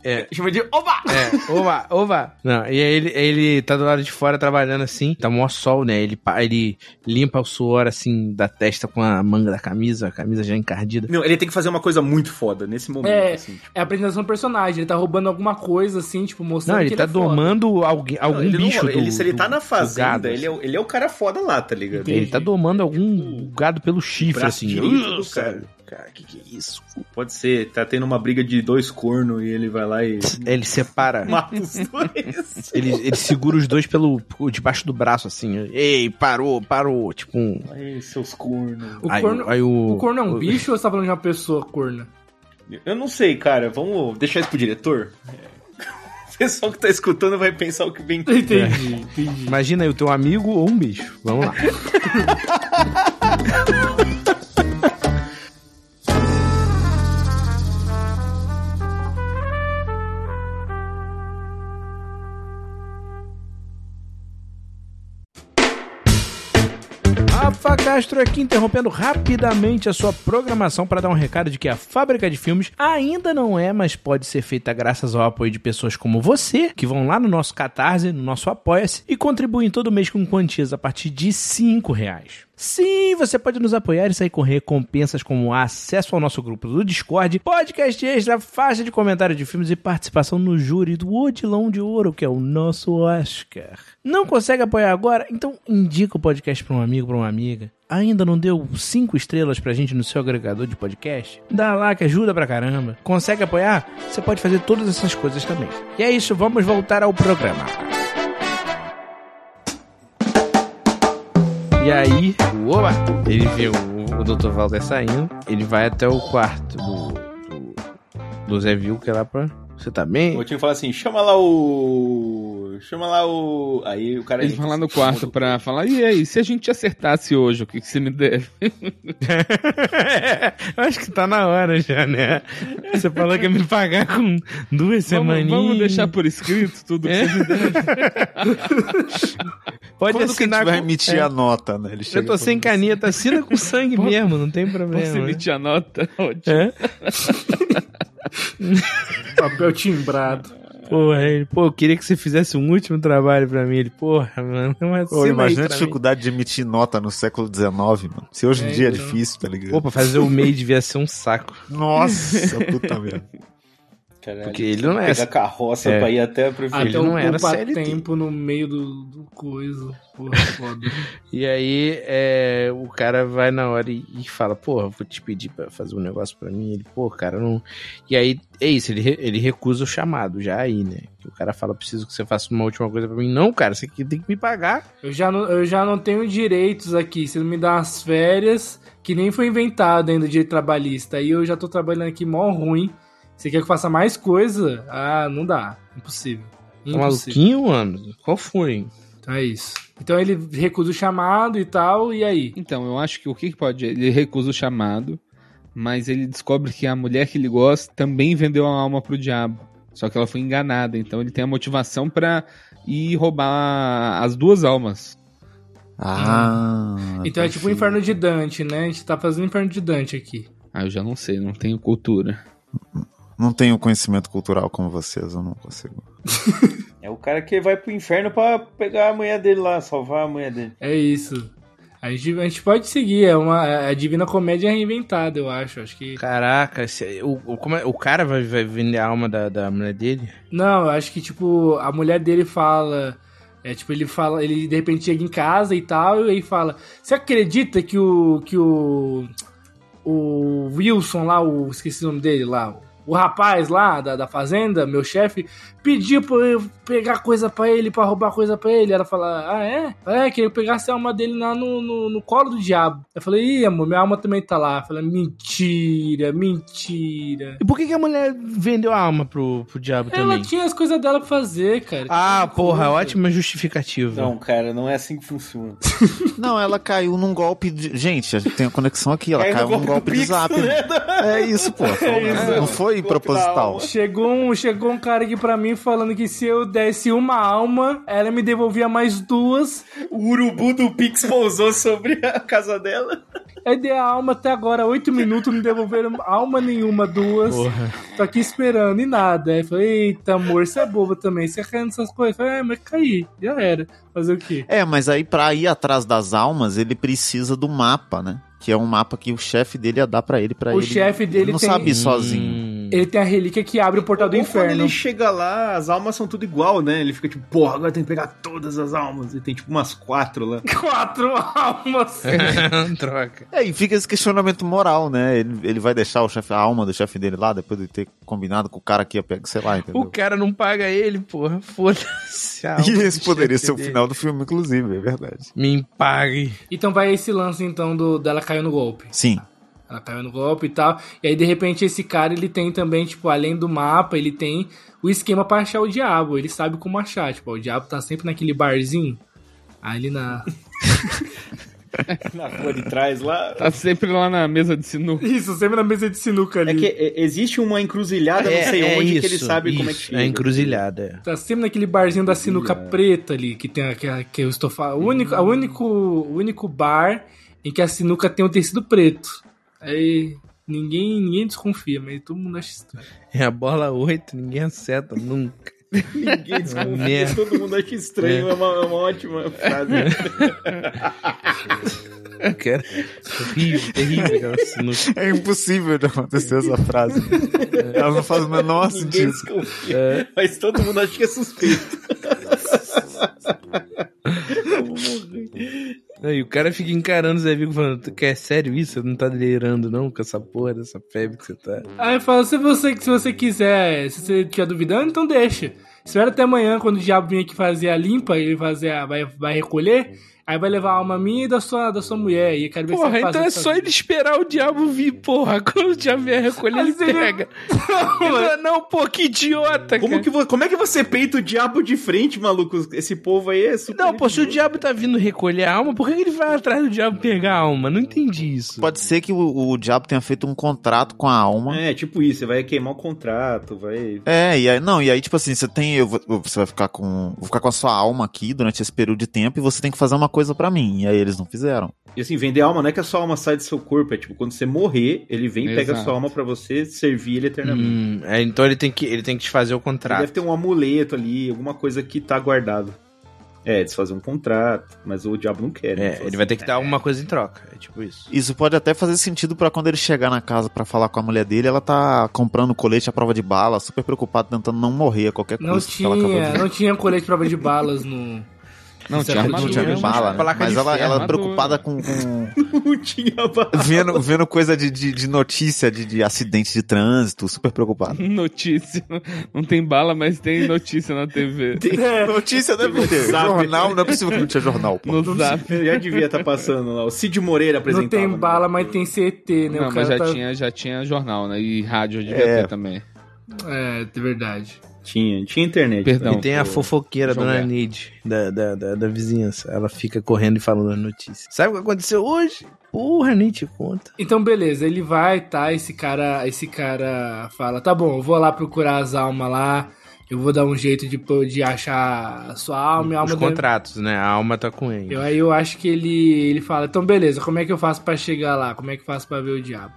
[SPEAKER 5] É.
[SPEAKER 1] Chama de oba!
[SPEAKER 5] É, oba, oba. Não, e aí ele, ele tá do lado de fora trabalhando assim, tá mó sol, né? Ele, pa- ele limpa o suor assim da testa com a manga da camisa, a camisa já encardida.
[SPEAKER 2] Não, ele tem que fazer uma coisa muito foda nesse momento,
[SPEAKER 1] É.
[SPEAKER 2] assim. tipo,
[SPEAKER 1] É a apresentação do personagem, ele tá roubando alguma coisa, assim, tipo, mostrando
[SPEAKER 5] Não, ele
[SPEAKER 1] que
[SPEAKER 5] tá
[SPEAKER 1] ele é foda.
[SPEAKER 5] domando alguém, algum
[SPEAKER 2] não, ele não-
[SPEAKER 5] bicho do,
[SPEAKER 2] ele, se ele
[SPEAKER 5] do-
[SPEAKER 2] tá na
[SPEAKER 5] do
[SPEAKER 2] fazenda,
[SPEAKER 5] gado,
[SPEAKER 2] ele, é,
[SPEAKER 5] assim.
[SPEAKER 2] o- ele é o cara foda lá, tá ligado?
[SPEAKER 1] Entendi.
[SPEAKER 5] Ele tá domando algum gado pelo chifre,
[SPEAKER 2] braço
[SPEAKER 5] assim.
[SPEAKER 2] direito do cara. Cara, que que é isso? Pode ser, tá tendo uma briga de dois cornos e ele vai lá e
[SPEAKER 5] Ele separa.
[SPEAKER 2] mata os dois.
[SPEAKER 5] Ele, ele segura os dois pelo debaixo do braço, assim. Ei, parou, parou. Tipo um.
[SPEAKER 2] Ai, seus cornos.
[SPEAKER 1] O
[SPEAKER 5] aí,
[SPEAKER 1] corno,
[SPEAKER 5] aí o,
[SPEAKER 1] o corno é um
[SPEAKER 5] o-
[SPEAKER 1] bicho ou você tá falando de uma pessoa corna?
[SPEAKER 2] Eu não sei, cara, vamos deixar isso pro diretor? O pessoal que tá escutando vai pensar o que bem
[SPEAKER 1] Entendi, entendi.
[SPEAKER 5] Imagina aí o teu amigo ou um bicho. Vamos lá. Rafa Castro aqui interrompendo rapidamente a sua programação para dar um recado de que a Fábrica de Filmes ainda não é, mas pode ser feita graças ao apoio de pessoas como você, que vão lá no nosso Catarse, no nosso Apoia-se e contribuem todo mês com quantias a partir de R$ 5 reais. Sim, você pode nos apoiar e sair com recompensas como acesso ao nosso grupo do Discord, podcast extra, faixa de comentário de filmes e participação no júri do Odilão de Ouro, que é o nosso Oscar. Não consegue apoiar agora? Então indica o podcast para um amigo, para uma amiga. Ainda não deu cinco estrelas pra gente no seu agregador de podcast? Dá lá que ajuda pra caramba. Consegue apoiar? Você pode fazer todas essas coisas também. E é isso, vamos voltar ao programa. E aí, oba, ele vê o, o Dr. Walter saindo, ele vai até o quarto do, do, do Zé Vilker lá pra... Você tá bem?
[SPEAKER 2] O time fala assim, chama lá o... Chama lá o... Aí o cara...
[SPEAKER 3] Ele
[SPEAKER 2] entra.
[SPEAKER 3] vai lá no quarto pra falar, e aí, se a gente te acertasse hoje, o que, que você me deve?
[SPEAKER 5] Eu acho que tá na hora já, né? Você falou que ia me pagar com duas
[SPEAKER 3] Vamos,
[SPEAKER 5] semaninhas.
[SPEAKER 3] vamos deixar por escrito tudo que
[SPEAKER 5] É.
[SPEAKER 3] você me deve.
[SPEAKER 5] Pode
[SPEAKER 4] Quando que a gente
[SPEAKER 5] assinar
[SPEAKER 4] vai
[SPEAKER 5] com-
[SPEAKER 4] emitir
[SPEAKER 5] É.
[SPEAKER 4] a nota, né? Ele
[SPEAKER 5] Eu
[SPEAKER 4] chega
[SPEAKER 5] tô
[SPEAKER 4] pra
[SPEAKER 5] sem
[SPEAKER 4] mim.
[SPEAKER 5] caneta, assina com sangue
[SPEAKER 3] Posso-
[SPEAKER 5] mesmo, não tem
[SPEAKER 3] Você
[SPEAKER 5] problema. né?
[SPEAKER 3] emitir a nota? Ótimo.
[SPEAKER 5] É?
[SPEAKER 1] Papel timbrado.
[SPEAKER 5] Porra, ele, pô, eu queria que você fizesse um último trabalho pra mim. Ele, porra, mano, mas
[SPEAKER 4] Pô, imagina a
[SPEAKER 5] dificuldade.
[SPEAKER 4] dificuldade de emitir nota no século XIX, mano. Se hoje em
[SPEAKER 1] É,
[SPEAKER 4] dia é
[SPEAKER 1] então.
[SPEAKER 4] difícil, tá ligado?
[SPEAKER 5] Pô, pra fazer o MEI devia ser um saco.
[SPEAKER 4] Nossa, puta merda.
[SPEAKER 2] Caralho,
[SPEAKER 5] Porque ele não é.
[SPEAKER 2] Pegar carroça
[SPEAKER 5] É.
[SPEAKER 2] pra ir até a prefeitura.
[SPEAKER 5] Ele
[SPEAKER 1] Até
[SPEAKER 5] não
[SPEAKER 1] o
[SPEAKER 5] era
[SPEAKER 1] poupa
[SPEAKER 5] CLT.
[SPEAKER 1] tempo no meio do, do coisa. Porra, foda.
[SPEAKER 5] E aí, é, o cara vai na hora e, e fala, porra, vou te pedir pra fazer um negócio pra mim. Ele, pô, cara, não. E aí, é isso, ele, re- ele recusa o chamado, já aí, né? O cara fala, preciso que você faça uma última coisa pra mim. Não, cara, você que- tem que me pagar.
[SPEAKER 1] Eu já, não, eu já não tenho direitos aqui. Você não me dá as férias, que nem foi inventado ainda o direito trabalhista. Aí eu já tô trabalhando aqui mó ruim. Você quer que eu faça mais coisa? Ah, não dá. Impossível.
[SPEAKER 5] Tá
[SPEAKER 1] Impossível.
[SPEAKER 5] maluquinho, mano? Qual foi?
[SPEAKER 1] Então é isso. Então ele recusa o chamado e tal, e aí?
[SPEAKER 3] Então, eu acho que o que que pode... Ele recusa o chamado, mas ele descobre que a mulher que ele gosta também vendeu a alma pro diabo. Só que ela foi enganada, então ele tem a motivação pra ir roubar as duas almas.
[SPEAKER 4] Ah.
[SPEAKER 1] Então é
[SPEAKER 5] tá
[SPEAKER 1] tipo o
[SPEAKER 4] perfeito.
[SPEAKER 1] inferno de Dante, né? A gente tá fazendo o inferno de Dante aqui.
[SPEAKER 3] Ah, eu já não sei, não tenho cultura.
[SPEAKER 4] Não tenho conhecimento cultural como vocês, eu não consigo.
[SPEAKER 2] É o cara que vai pro inferno pra pegar a mulher dele lá, salvar a mulher dele.
[SPEAKER 1] É isso. A gente, a gente pode seguir, é uma, a Divina Comédia é reinventada, eu acho. Acho que.
[SPEAKER 5] Caraca, esse- o, o- como é- o cara vai, vai vender a alma da, da mulher dele?
[SPEAKER 1] Não, eu acho que, tipo, a mulher dele fala. É, tipo, ele fala, ele de repente chega em casa e tal, e aí fala: Você acredita que o. que o. O Wilson lá, o. Esqueci o nome dele lá. O rapaz lá da, da fazenda, meu chefe, pediu pra eu pegar coisa pra ele, pra roubar coisa pra ele. Ela fala, ah, é? É, queria que eu pegasse a alma dele lá no, no, no colo do diabo. Eu falei, ih, amor, minha alma também tá lá. Fala, mentira, mentira.
[SPEAKER 5] E por que, que a mulher vendeu a alma pro, pro diabo
[SPEAKER 1] Ela
[SPEAKER 5] também?
[SPEAKER 1] tinha as coisas dela pra fazer, cara.
[SPEAKER 5] Ah, porra,
[SPEAKER 1] coisa.
[SPEAKER 5] ótima justificativa.
[SPEAKER 2] Não, cara, não é assim que funciona.
[SPEAKER 4] Não, ela caiu num golpe de. Gente, a gente tem a conexão aqui, ela
[SPEAKER 2] Caiu
[SPEAKER 4] caiu
[SPEAKER 2] no
[SPEAKER 4] num
[SPEAKER 2] golpe do
[SPEAKER 4] golpe de
[SPEAKER 2] Pix, né?
[SPEAKER 4] zap.
[SPEAKER 1] né?
[SPEAKER 4] É isso, pô.
[SPEAKER 2] isso.
[SPEAKER 4] Não foi
[SPEAKER 2] Golpe da
[SPEAKER 4] proposital.
[SPEAKER 2] alma.
[SPEAKER 1] Chegou um, chegou um cara aqui pra mim falando que se eu desse uma alma, ela me devolvia mais duas.
[SPEAKER 2] O urubu do Pix pousou sobre a casa dela.
[SPEAKER 1] Aí dei a alma até agora, oito minutos, não devolveram alma nenhuma, duas.
[SPEAKER 5] Porra.
[SPEAKER 1] Tô aqui esperando e nada. Aí falei, eita, amor, você é boba também. Você quer essas coisas? Eu Falei, é, mas caí, já era. Fazer o quê?
[SPEAKER 4] É, mas aí pra ir atrás das almas, ele precisa do mapa, né? Que é um mapa que o chefe dele ia dar pra ele, pra
[SPEAKER 1] O
[SPEAKER 4] ele.
[SPEAKER 1] chefe
[SPEAKER 4] ele
[SPEAKER 1] dele
[SPEAKER 4] não
[SPEAKER 1] tem-
[SPEAKER 4] sabe ir sozinho.
[SPEAKER 5] Hum.
[SPEAKER 1] Ele tem a relíquia que abre o portal do
[SPEAKER 2] Ou Quando
[SPEAKER 1] inferno.
[SPEAKER 2] ele chega lá, as almas são tudo igual, né? Ele fica tipo, porra, agora tem que pegar todas as almas. E tem tipo umas quatro lá.
[SPEAKER 1] Quatro almas.
[SPEAKER 5] É. Troca.
[SPEAKER 4] É, e fica esse questionamento moral, né? Ele, ele vai deixar o chefe, a alma do chefe dele lá, depois de ter combinado com o cara que ia pegar, sei lá, entendeu?
[SPEAKER 5] O cara não paga ele, porra. Foda-se. a
[SPEAKER 4] E
[SPEAKER 5] alma
[SPEAKER 4] esse
[SPEAKER 5] do
[SPEAKER 4] poderia
[SPEAKER 5] chefe
[SPEAKER 4] ser o
[SPEAKER 5] dele.
[SPEAKER 4] final do filme, inclusive, é verdade.
[SPEAKER 5] Me pague.
[SPEAKER 1] Então vai esse lance, então, do, dela caiu no golpe.
[SPEAKER 4] Sim.
[SPEAKER 1] Ela caiu no golpe e tal. E aí, de repente, esse cara, ele tem também, tipo, além do mapa, ele tem o esquema pra achar o diabo. Ele sabe como achar. Tipo, ó, o diabo tá sempre naquele barzinho. Ali na.
[SPEAKER 7] Na rua de trás lá.
[SPEAKER 3] Tá sempre lá na mesa de sinuca.
[SPEAKER 1] Isso, sempre na mesa de sinuca ali.
[SPEAKER 2] É que é, existe uma encruzilhada, não sei onde, que ele sabe como é que
[SPEAKER 5] É, isso.
[SPEAKER 2] chega.
[SPEAKER 5] É encruzilhada.
[SPEAKER 1] Tá sempre naquele barzinho da sinuca preta ali, que tem aquela que eu estou falando. O único, a único, o único bar em que a sinuca tem o tecido preto. Aí ninguém, ninguém desconfia, mas todo mundo acha estranho.
[SPEAKER 5] É a bola 8, ninguém acerta nunca.
[SPEAKER 2] Ninguém desconfia,
[SPEAKER 5] merda. É.
[SPEAKER 2] todo mundo acha estranho. É, uma, é uma ótima frase.
[SPEAKER 5] Cara, é terrível, terrível aquela sinuca.
[SPEAKER 4] É impossível de acontecer essa frase. Ela não faz o menor
[SPEAKER 5] tipo,
[SPEAKER 2] Ninguém
[SPEAKER 4] sentido.
[SPEAKER 2] desconfia. Mas todo mundo acha que é suspeito.
[SPEAKER 5] E o cara fica encarando o Zé Vigo falando, "Tu quer é sério isso? Você não tá delirando não com essa porra, dessa febre que você tá?
[SPEAKER 1] Aí fala, se você, se você quiser, se você estiver duvidando, então deixa. Espera até amanhã, quando o diabo vir aqui fazer a limpa, ele fazer a, vai, vai recolher, aí vai levar a alma minha e da sua, da sua mulher. E eu quero ver se
[SPEAKER 5] Porra,
[SPEAKER 1] você faz
[SPEAKER 5] então é
[SPEAKER 1] isso
[SPEAKER 5] só ele esperar o diabo vir, porra. Quando o diabo vier recolher, ele
[SPEAKER 1] Mas ele-
[SPEAKER 5] pega. Não, não, pô, que idiota,
[SPEAKER 2] Como,
[SPEAKER 5] cara.
[SPEAKER 2] que vo- como é que você peita o diabo de frente, maluco? Esse povo aí é super...
[SPEAKER 5] Não, pô, se o diabo tá vindo recolher a alma, por que que ele vai atrás do diabo pegar a alma? Não entendi isso.
[SPEAKER 4] Pode ser que o, o diabo tenha feito um contrato com a alma.
[SPEAKER 2] É, tipo isso, você vai queimar o contrato, vai...
[SPEAKER 4] É, e aí, não, e aí, tipo assim, você tem. eu vou- eu- você vai ficar com. Vou ficar com a sua alma aqui durante esse período de tempo e você tem que fazer uma coisa pra mim. E aí eles não fizeram.
[SPEAKER 2] E assim, vender alma não é que a sua alma sai do seu corpo, é tipo, quando você morrer, ele vem e pega a
[SPEAKER 3] Exato.
[SPEAKER 2] sua alma pra você servir ele eternamente.
[SPEAKER 5] Hum, é, então ele tem que ele tem que desfazer o
[SPEAKER 2] Ele
[SPEAKER 5] contrato.
[SPEAKER 2] deve ter um amuleto ali, alguma coisa que tá guardado. É, desfazer um contrato, mas o diabo não quer. né?
[SPEAKER 5] É,
[SPEAKER 2] Fala
[SPEAKER 5] ele vai
[SPEAKER 2] assim,
[SPEAKER 5] ter que dar alguma coisa em troca. É tipo isso.
[SPEAKER 4] Isso pode até fazer sentido pra quando ele chegar na casa pra falar com a mulher dele, ela tá comprando colete à prova de bala, super preocupada, tentando não morrer a qualquer
[SPEAKER 1] Não
[SPEAKER 4] custo. que ela acabou
[SPEAKER 1] tinha,
[SPEAKER 4] de...
[SPEAKER 1] não tinha colete de prova de balas no.
[SPEAKER 3] Não,
[SPEAKER 1] Isso
[SPEAKER 3] tinha
[SPEAKER 1] é
[SPEAKER 4] Não
[SPEAKER 3] armadura.
[SPEAKER 4] tinha
[SPEAKER 1] armadura,
[SPEAKER 4] bala, né?
[SPEAKER 5] placa
[SPEAKER 4] mas
[SPEAKER 5] de
[SPEAKER 4] ela,
[SPEAKER 5] ferro,
[SPEAKER 4] ela
[SPEAKER 3] armadura.
[SPEAKER 4] preocupada com, com-
[SPEAKER 2] assim, Não tinha ba-
[SPEAKER 4] vendo, vendo coisa de, de, de notícia de, de acidente de trânsito, super preocupada.
[SPEAKER 3] Notícia. Não tem bala, mas tem notícia na TV.
[SPEAKER 4] Notícia deve ter.
[SPEAKER 2] Sabe.
[SPEAKER 4] Jornal, não é possível que não tinha jornal, pô.
[SPEAKER 3] No zap.
[SPEAKER 2] Já devia estar passando lá. O Cid Moreira
[SPEAKER 1] Não
[SPEAKER 2] apresentava.
[SPEAKER 1] tem
[SPEAKER 2] né?
[SPEAKER 1] bala, mas tem CT, né?
[SPEAKER 3] Não,
[SPEAKER 1] o
[SPEAKER 3] mas
[SPEAKER 1] cara
[SPEAKER 3] já,
[SPEAKER 1] tá...
[SPEAKER 3] tinha, já tinha jornal, né? E rádio devia
[SPEAKER 4] É.
[SPEAKER 3] ter também.
[SPEAKER 1] É, de verdade.
[SPEAKER 2] Tinha, tinha internet. né?
[SPEAKER 3] Perdão.
[SPEAKER 5] e tem a
[SPEAKER 3] pô.
[SPEAKER 5] fofoqueira,
[SPEAKER 3] João
[SPEAKER 5] dona
[SPEAKER 3] Guerra.
[SPEAKER 5] Neide, da, da, da, da vizinhança. Ela fica correndo e falando as notícias. Sabe o que aconteceu hoje? Porra, nem te conta.
[SPEAKER 1] Então, beleza, ele vai, tá? Esse cara, esse cara fala: tá bom, eu vou lá procurar as almas lá. Eu vou dar um jeito de, pô- de achar a sua alma e a
[SPEAKER 5] Os
[SPEAKER 1] alma dele.
[SPEAKER 5] contratos, né? A alma tá com ele.
[SPEAKER 1] Eu, aí eu acho que ele, ele fala, então beleza, como é que eu faço pra chegar lá? Como é que eu faço pra ver o diabo?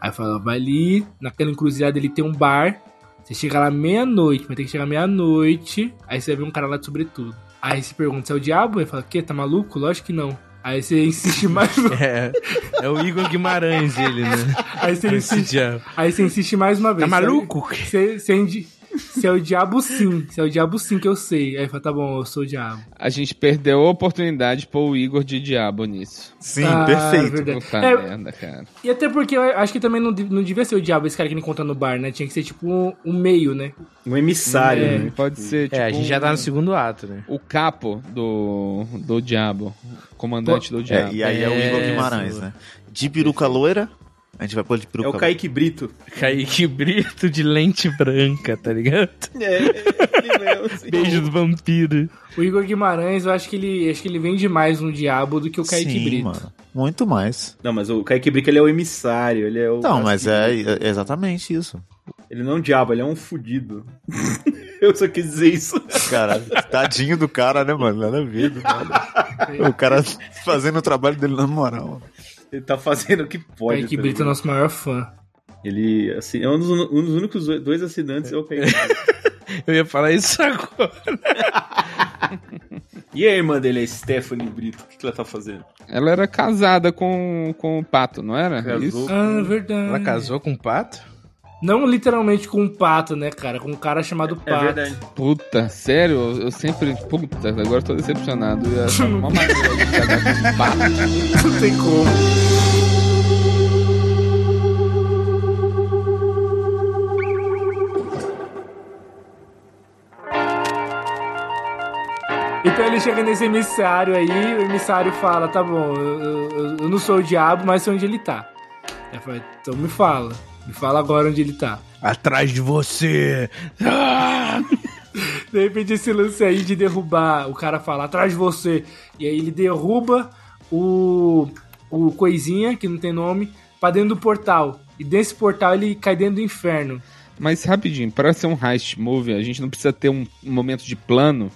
[SPEAKER 1] Aí fala, vai ali, naquela encruzilhada ele tem um bar, você chega lá meia-noite, mas tem que chegar meia-noite, aí você vê um cara lá de sobretudo. Aí você pergunta se é o diabo, ele fala, que, tá maluco? Lógico que não. Aí você insiste mais, uma-
[SPEAKER 5] É, é o Igor Guimarães, ele, né?
[SPEAKER 1] aí você
[SPEAKER 5] Esse
[SPEAKER 1] insiste,
[SPEAKER 5] diabo.
[SPEAKER 1] aí você insiste mais uma vez.
[SPEAKER 5] Tá
[SPEAKER 1] sabe?
[SPEAKER 5] maluco?
[SPEAKER 1] Você, você indi- se é o diabo sim, se é o diabo sim que eu sei. Aí fala, tá bom, eu sou o diabo.
[SPEAKER 3] A gente perdeu a oportunidade de pôr o Igor de diabo nisso.
[SPEAKER 4] Sim,
[SPEAKER 1] Ah,
[SPEAKER 4] perfeito.
[SPEAKER 1] verdade.
[SPEAKER 3] Puta
[SPEAKER 1] É,
[SPEAKER 3] merda, cara.
[SPEAKER 1] E até porque eu acho que também não, de- não devia ser o diabo esse cara que ele encontra no bar, né? Tinha que ser tipo um, um meio, né?
[SPEAKER 2] Um emissário,
[SPEAKER 1] É.
[SPEAKER 2] né?
[SPEAKER 3] Pode ser, tipo,
[SPEAKER 5] É, a gente já tá no
[SPEAKER 3] um-
[SPEAKER 5] segundo ato, né?
[SPEAKER 3] o capo do, do diabo. o Comandante do
[SPEAKER 4] É,
[SPEAKER 3] diabo.
[SPEAKER 4] e aí é o Igor
[SPEAKER 5] É,
[SPEAKER 4] Guimarães,
[SPEAKER 5] sim.
[SPEAKER 4] né? De peruca loira, a gente vai pôr de
[SPEAKER 2] É
[SPEAKER 4] peruca
[SPEAKER 2] o Kaique Brito.
[SPEAKER 5] Kaique Brito de lente branca, tá ligado?
[SPEAKER 2] É, ele mesmo. assim.
[SPEAKER 5] Beijo do vampiro.
[SPEAKER 1] O Igor Guimarães, eu acho que ele acho que ele vende mais no diabo do que o Kaique
[SPEAKER 4] Sim,
[SPEAKER 1] Brito.
[SPEAKER 4] mano. Muito mais.
[SPEAKER 2] Não, mas o Kaique Brito, ele é o emissário, ele é o...
[SPEAKER 4] Não, mas é,
[SPEAKER 2] Ele
[SPEAKER 4] é exatamente isso.
[SPEAKER 2] não é um diabo, ele é um fudido. Eu só quis dizer isso.
[SPEAKER 4] Cara, tadinho do né? cara, né, mano? Nada a ver. do cara. O cara fazendo o trabalho dele na moral.
[SPEAKER 2] Ele tá fazendo o que pode.
[SPEAKER 1] Kaique
[SPEAKER 2] tá
[SPEAKER 1] Brito é
[SPEAKER 2] ligado?
[SPEAKER 1] nosso maior fã.
[SPEAKER 2] Ele assim, é um dos, um dos únicos dois assinantes é o Kaique.
[SPEAKER 5] Eu ia falar isso agora.
[SPEAKER 2] E a irmã dele, a Stephanie Brito, o que, que ela tá fazendo?
[SPEAKER 3] Ela era casada com, com o Pato, não era?
[SPEAKER 2] Casou
[SPEAKER 3] Isso?
[SPEAKER 1] Ah, verdade.
[SPEAKER 5] Ela casou com o pato?
[SPEAKER 1] Não literalmente com um pato, né, cara? Com um cara chamado Pato.
[SPEAKER 2] É verdade.
[SPEAKER 3] Puta, sério? Eu- Eu sempre. Puta, agora eu tô decepcionado. Eu achava uma maneira de casar com o Pato.
[SPEAKER 1] Não tem como. Então ele chega nesse emissário aí, o emissário fala, tá bom, eu, eu- eu não sou o diabo, mas sei onde ele tá. Ele fala, então me fala, me fala agora onde ele tá.
[SPEAKER 5] Atrás de você! Ah!
[SPEAKER 1] De repente esse lance aí de derrubar, o cara fala atrás de você, e aí ele derruba o, o coisinha, que não tem nome, pra dentro do portal. E desse portal ele cai dentro do inferno.
[SPEAKER 3] Mas rapidinho, pra ser um heist movie, a gente não precisa ter um, um momento de plano,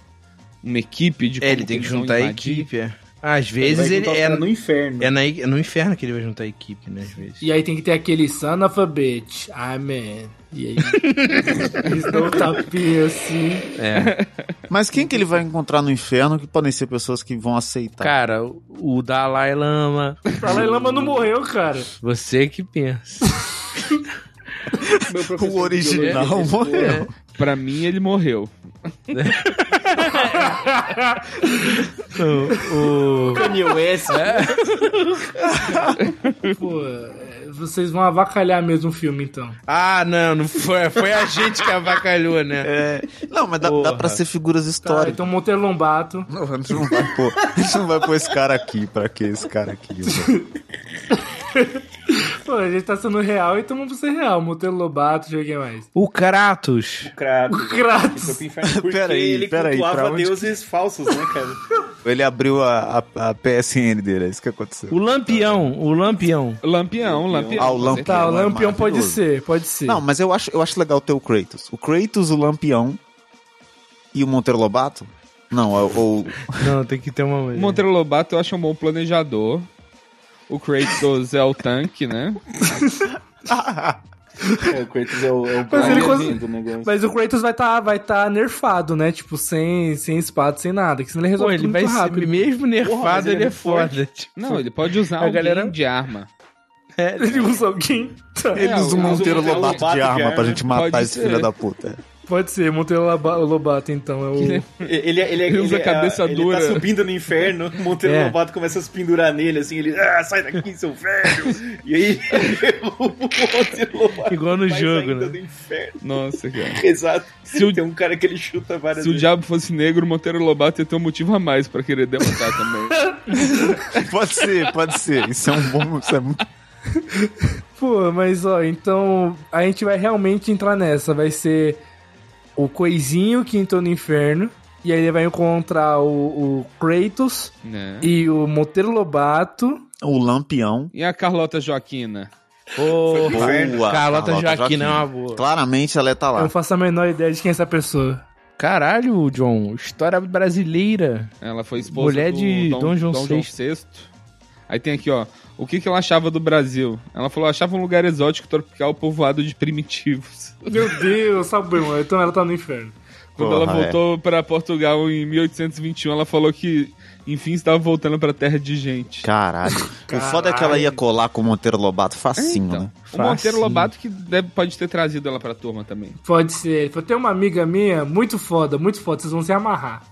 [SPEAKER 3] uma equipe de
[SPEAKER 5] É,
[SPEAKER 3] como
[SPEAKER 5] ele tem que
[SPEAKER 3] eles vão
[SPEAKER 5] juntar a
[SPEAKER 3] invadir.
[SPEAKER 5] equipe. é. Às
[SPEAKER 2] Ele vai
[SPEAKER 5] vezes ele
[SPEAKER 2] juntar os
[SPEAKER 5] é,
[SPEAKER 2] caras no inferno.
[SPEAKER 5] é, na, é no inferno que ele vai juntar a equipe, né? Às vezes.
[SPEAKER 1] E aí tem que ter aquele son of a bitch, amen. E aí eles dão um tapinha assim.
[SPEAKER 5] É.
[SPEAKER 4] Mas quem que ele vai encontrar no inferno que podem ser pessoas que vão aceitar?
[SPEAKER 5] Tá. Cara, o- o Dalai Lama,
[SPEAKER 1] O Dalai Lama não morreu, cara.
[SPEAKER 5] você que pensa.
[SPEAKER 2] Meu professor de
[SPEAKER 4] o original
[SPEAKER 2] biologia-
[SPEAKER 4] morreu.
[SPEAKER 3] Pra mim, ele morreu.
[SPEAKER 5] O, o-
[SPEAKER 2] Kanye West.
[SPEAKER 1] Pô, é, vocês vão avacalhar mesmo o filme então.
[SPEAKER 5] Ah, não, não foi, foi a gente que avacalhou, né?
[SPEAKER 4] É. Não, mas dá, dá
[SPEAKER 5] Porra.
[SPEAKER 4] pra ser figuras
[SPEAKER 1] Tá,
[SPEAKER 4] históricas.
[SPEAKER 1] então Monteiro Lombato.
[SPEAKER 4] Não, a gente não vai pôr. A gente não vai pôr esse cara aqui, pra que esse cara aqui? velho?
[SPEAKER 1] Pô, a gente tá sendo real, então vamos ser real. Monteiro Lobato, joguei mais.
[SPEAKER 5] O Kratos.
[SPEAKER 2] Kratos.
[SPEAKER 1] Kratos.
[SPEAKER 2] Foi pro inferno porque
[SPEAKER 4] Peraí,
[SPEAKER 2] ele
[SPEAKER 4] peraí, pra
[SPEAKER 2] cultuava
[SPEAKER 4] onde que-
[SPEAKER 2] deuses falsos, né, cara?
[SPEAKER 4] Ele abriu a, a- a PSN dele, é isso que aconteceu.
[SPEAKER 5] O Lampião, o Lampião.
[SPEAKER 3] Lampião, Lampião.
[SPEAKER 4] Ah,
[SPEAKER 3] com
[SPEAKER 4] o Lampião.
[SPEAKER 3] certeza.
[SPEAKER 1] Tá, o
[SPEAKER 4] Ela é
[SPEAKER 1] Lampião pode
[SPEAKER 4] maravilhoso.
[SPEAKER 1] ser, pode ser.
[SPEAKER 4] Não, mas eu acho, eu acho legal ter o Kratos. O Kratos, o Lampião e o Monteiro Lobato? Não, é o- ou.
[SPEAKER 5] Não, tem que ter uma.
[SPEAKER 3] O Monteiro Lobato eu acho um bom planejador. O Kratos é o tanque, né?
[SPEAKER 2] É, o Kratos é o, é o
[SPEAKER 1] Mas ele
[SPEAKER 2] Brian
[SPEAKER 1] cons-
[SPEAKER 2] do negócio.
[SPEAKER 1] Mas o Kratos vai tá, vai tá nerfado, né? Tipo, sem, sem espada, sem nada. Que senão ele
[SPEAKER 5] Pô,
[SPEAKER 1] resolve
[SPEAKER 5] ele
[SPEAKER 1] tudo
[SPEAKER 5] vai
[SPEAKER 1] muito
[SPEAKER 5] ser
[SPEAKER 1] rápido.
[SPEAKER 5] mesmo
[SPEAKER 2] Porra, mas
[SPEAKER 5] nerfado,
[SPEAKER 2] ele
[SPEAKER 5] ele
[SPEAKER 2] é
[SPEAKER 5] é foda.
[SPEAKER 3] Não, ele pode usar
[SPEAKER 5] A
[SPEAKER 3] alguém
[SPEAKER 5] galera-
[SPEAKER 3] de arma.
[SPEAKER 1] Ele usa alguém. Tá.
[SPEAKER 4] Ele
[SPEAKER 3] É,
[SPEAKER 4] usa o
[SPEAKER 3] o-
[SPEAKER 4] Monteiro
[SPEAKER 2] o- é o
[SPEAKER 4] Lobato
[SPEAKER 2] Lobato
[SPEAKER 4] de
[SPEAKER 2] de
[SPEAKER 4] arma
[SPEAKER 2] arma,
[SPEAKER 4] pra gente matar
[SPEAKER 3] pode
[SPEAKER 4] esse
[SPEAKER 3] ser.
[SPEAKER 4] filho da puta.
[SPEAKER 1] Pode ser, Monteiro Laba- Lobato, então. É o...
[SPEAKER 2] Ele, ele, ele, é,
[SPEAKER 3] Ele usa
[SPEAKER 2] ele-
[SPEAKER 3] cabeça
[SPEAKER 2] ele
[SPEAKER 3] dura.
[SPEAKER 2] tá subindo no inferno, o Monteiro
[SPEAKER 5] É.
[SPEAKER 2] Lobato começa a se pendurar nele, assim, ele, ah, sai daqui, seu velho! E aí, o Monteiro Lobato
[SPEAKER 5] Igual no
[SPEAKER 2] vai
[SPEAKER 5] jogo,
[SPEAKER 2] saindo
[SPEAKER 5] né?
[SPEAKER 2] do inferno.
[SPEAKER 3] Nossa, cara.
[SPEAKER 2] Exato.
[SPEAKER 3] Se o-
[SPEAKER 2] Tem um cara que ele chuta várias
[SPEAKER 3] Se o diabo fosse negro, o Monteiro Lobato ia ter um motivo a mais pra querer derrotar também.
[SPEAKER 4] Pode ser, pode ser. Isso é um bom. Isso é muito...
[SPEAKER 1] Pô, mas ó, então a gente vai realmente entrar nessa. Vai ser o Coisinho que entrou no inferno. E aí ele vai encontrar o, o Kratos
[SPEAKER 3] né?
[SPEAKER 1] e o Monteiro Lobato.
[SPEAKER 4] O Lampião.
[SPEAKER 3] E a Carlota Joaquina?
[SPEAKER 5] Porra.
[SPEAKER 4] Boa,
[SPEAKER 5] Carlota Joaquina,
[SPEAKER 4] Joaquina.
[SPEAKER 5] é uma boa.
[SPEAKER 4] Claramente ela tá
[SPEAKER 1] Eu não
[SPEAKER 4] lá.
[SPEAKER 1] faço a menor ideia de quem é essa pessoa.
[SPEAKER 5] Caralho, John, história brasileira.
[SPEAKER 3] Ela foi esposa
[SPEAKER 5] Mulher
[SPEAKER 3] do
[SPEAKER 5] de Dom João
[SPEAKER 3] VI. Aí tem aqui, ó. O que, que ela achava do Brasil? Ela falou, achava um lugar exótico, tropical, povoado de primitivos.
[SPEAKER 1] Meu Deus, sabe, irmão? Então ela tá no inferno.
[SPEAKER 3] Quando
[SPEAKER 4] Porra,
[SPEAKER 3] ela voltou pra Portugal em 1821, ela falou que, enfim, estava voltando pra terra de gente.
[SPEAKER 4] Caralho. O foda é que ela ia colar com o Monteiro Lobato facinho,
[SPEAKER 3] Então,
[SPEAKER 4] né?
[SPEAKER 3] o Monteiro
[SPEAKER 5] Facinho.
[SPEAKER 3] Lobato que deve- pode ter trazido ela pra turma também.
[SPEAKER 1] Pode ser. Ele falou, tem uma amiga minha muito foda, muito foda, vocês vão se amarrar.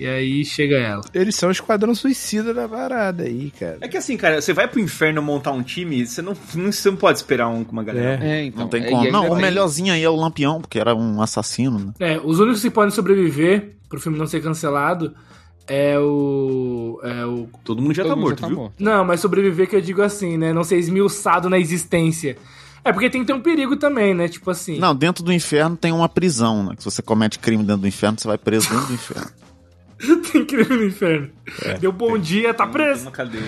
[SPEAKER 1] E aí chega ela.
[SPEAKER 5] Eles são o esquadrão suicida da parada aí, cara.
[SPEAKER 2] É que assim, cara, você vai pro inferno montar um time, você não, não, você não pode esperar um, uma galera.
[SPEAKER 5] É.
[SPEAKER 3] É, então.
[SPEAKER 4] Não tem
[SPEAKER 3] é,
[SPEAKER 4] como.
[SPEAKER 3] e ainda
[SPEAKER 4] Não, o
[SPEAKER 3] tem-
[SPEAKER 4] melhorzinho aí é o Lampião, porque era um assassino, né?
[SPEAKER 1] É, os únicos que podem sobreviver pro filme não ser cancelado é o. É o.
[SPEAKER 2] Todo mundo já
[SPEAKER 3] todo
[SPEAKER 2] tá
[SPEAKER 3] mundo
[SPEAKER 2] morto, viu?
[SPEAKER 3] morto.
[SPEAKER 1] Não, mas sobreviver que eu digo assim, né? Não ser esmiuçado na existência. É porque tem que ter um perigo também, né? Tipo assim.
[SPEAKER 4] Não, dentro do inferno tem uma prisão, né? Se você comete crime dentro do inferno, você vai preso dentro do inferno.
[SPEAKER 1] tem crime no inferno. Deu bom dia, tá preso.
[SPEAKER 2] Uma cadeia.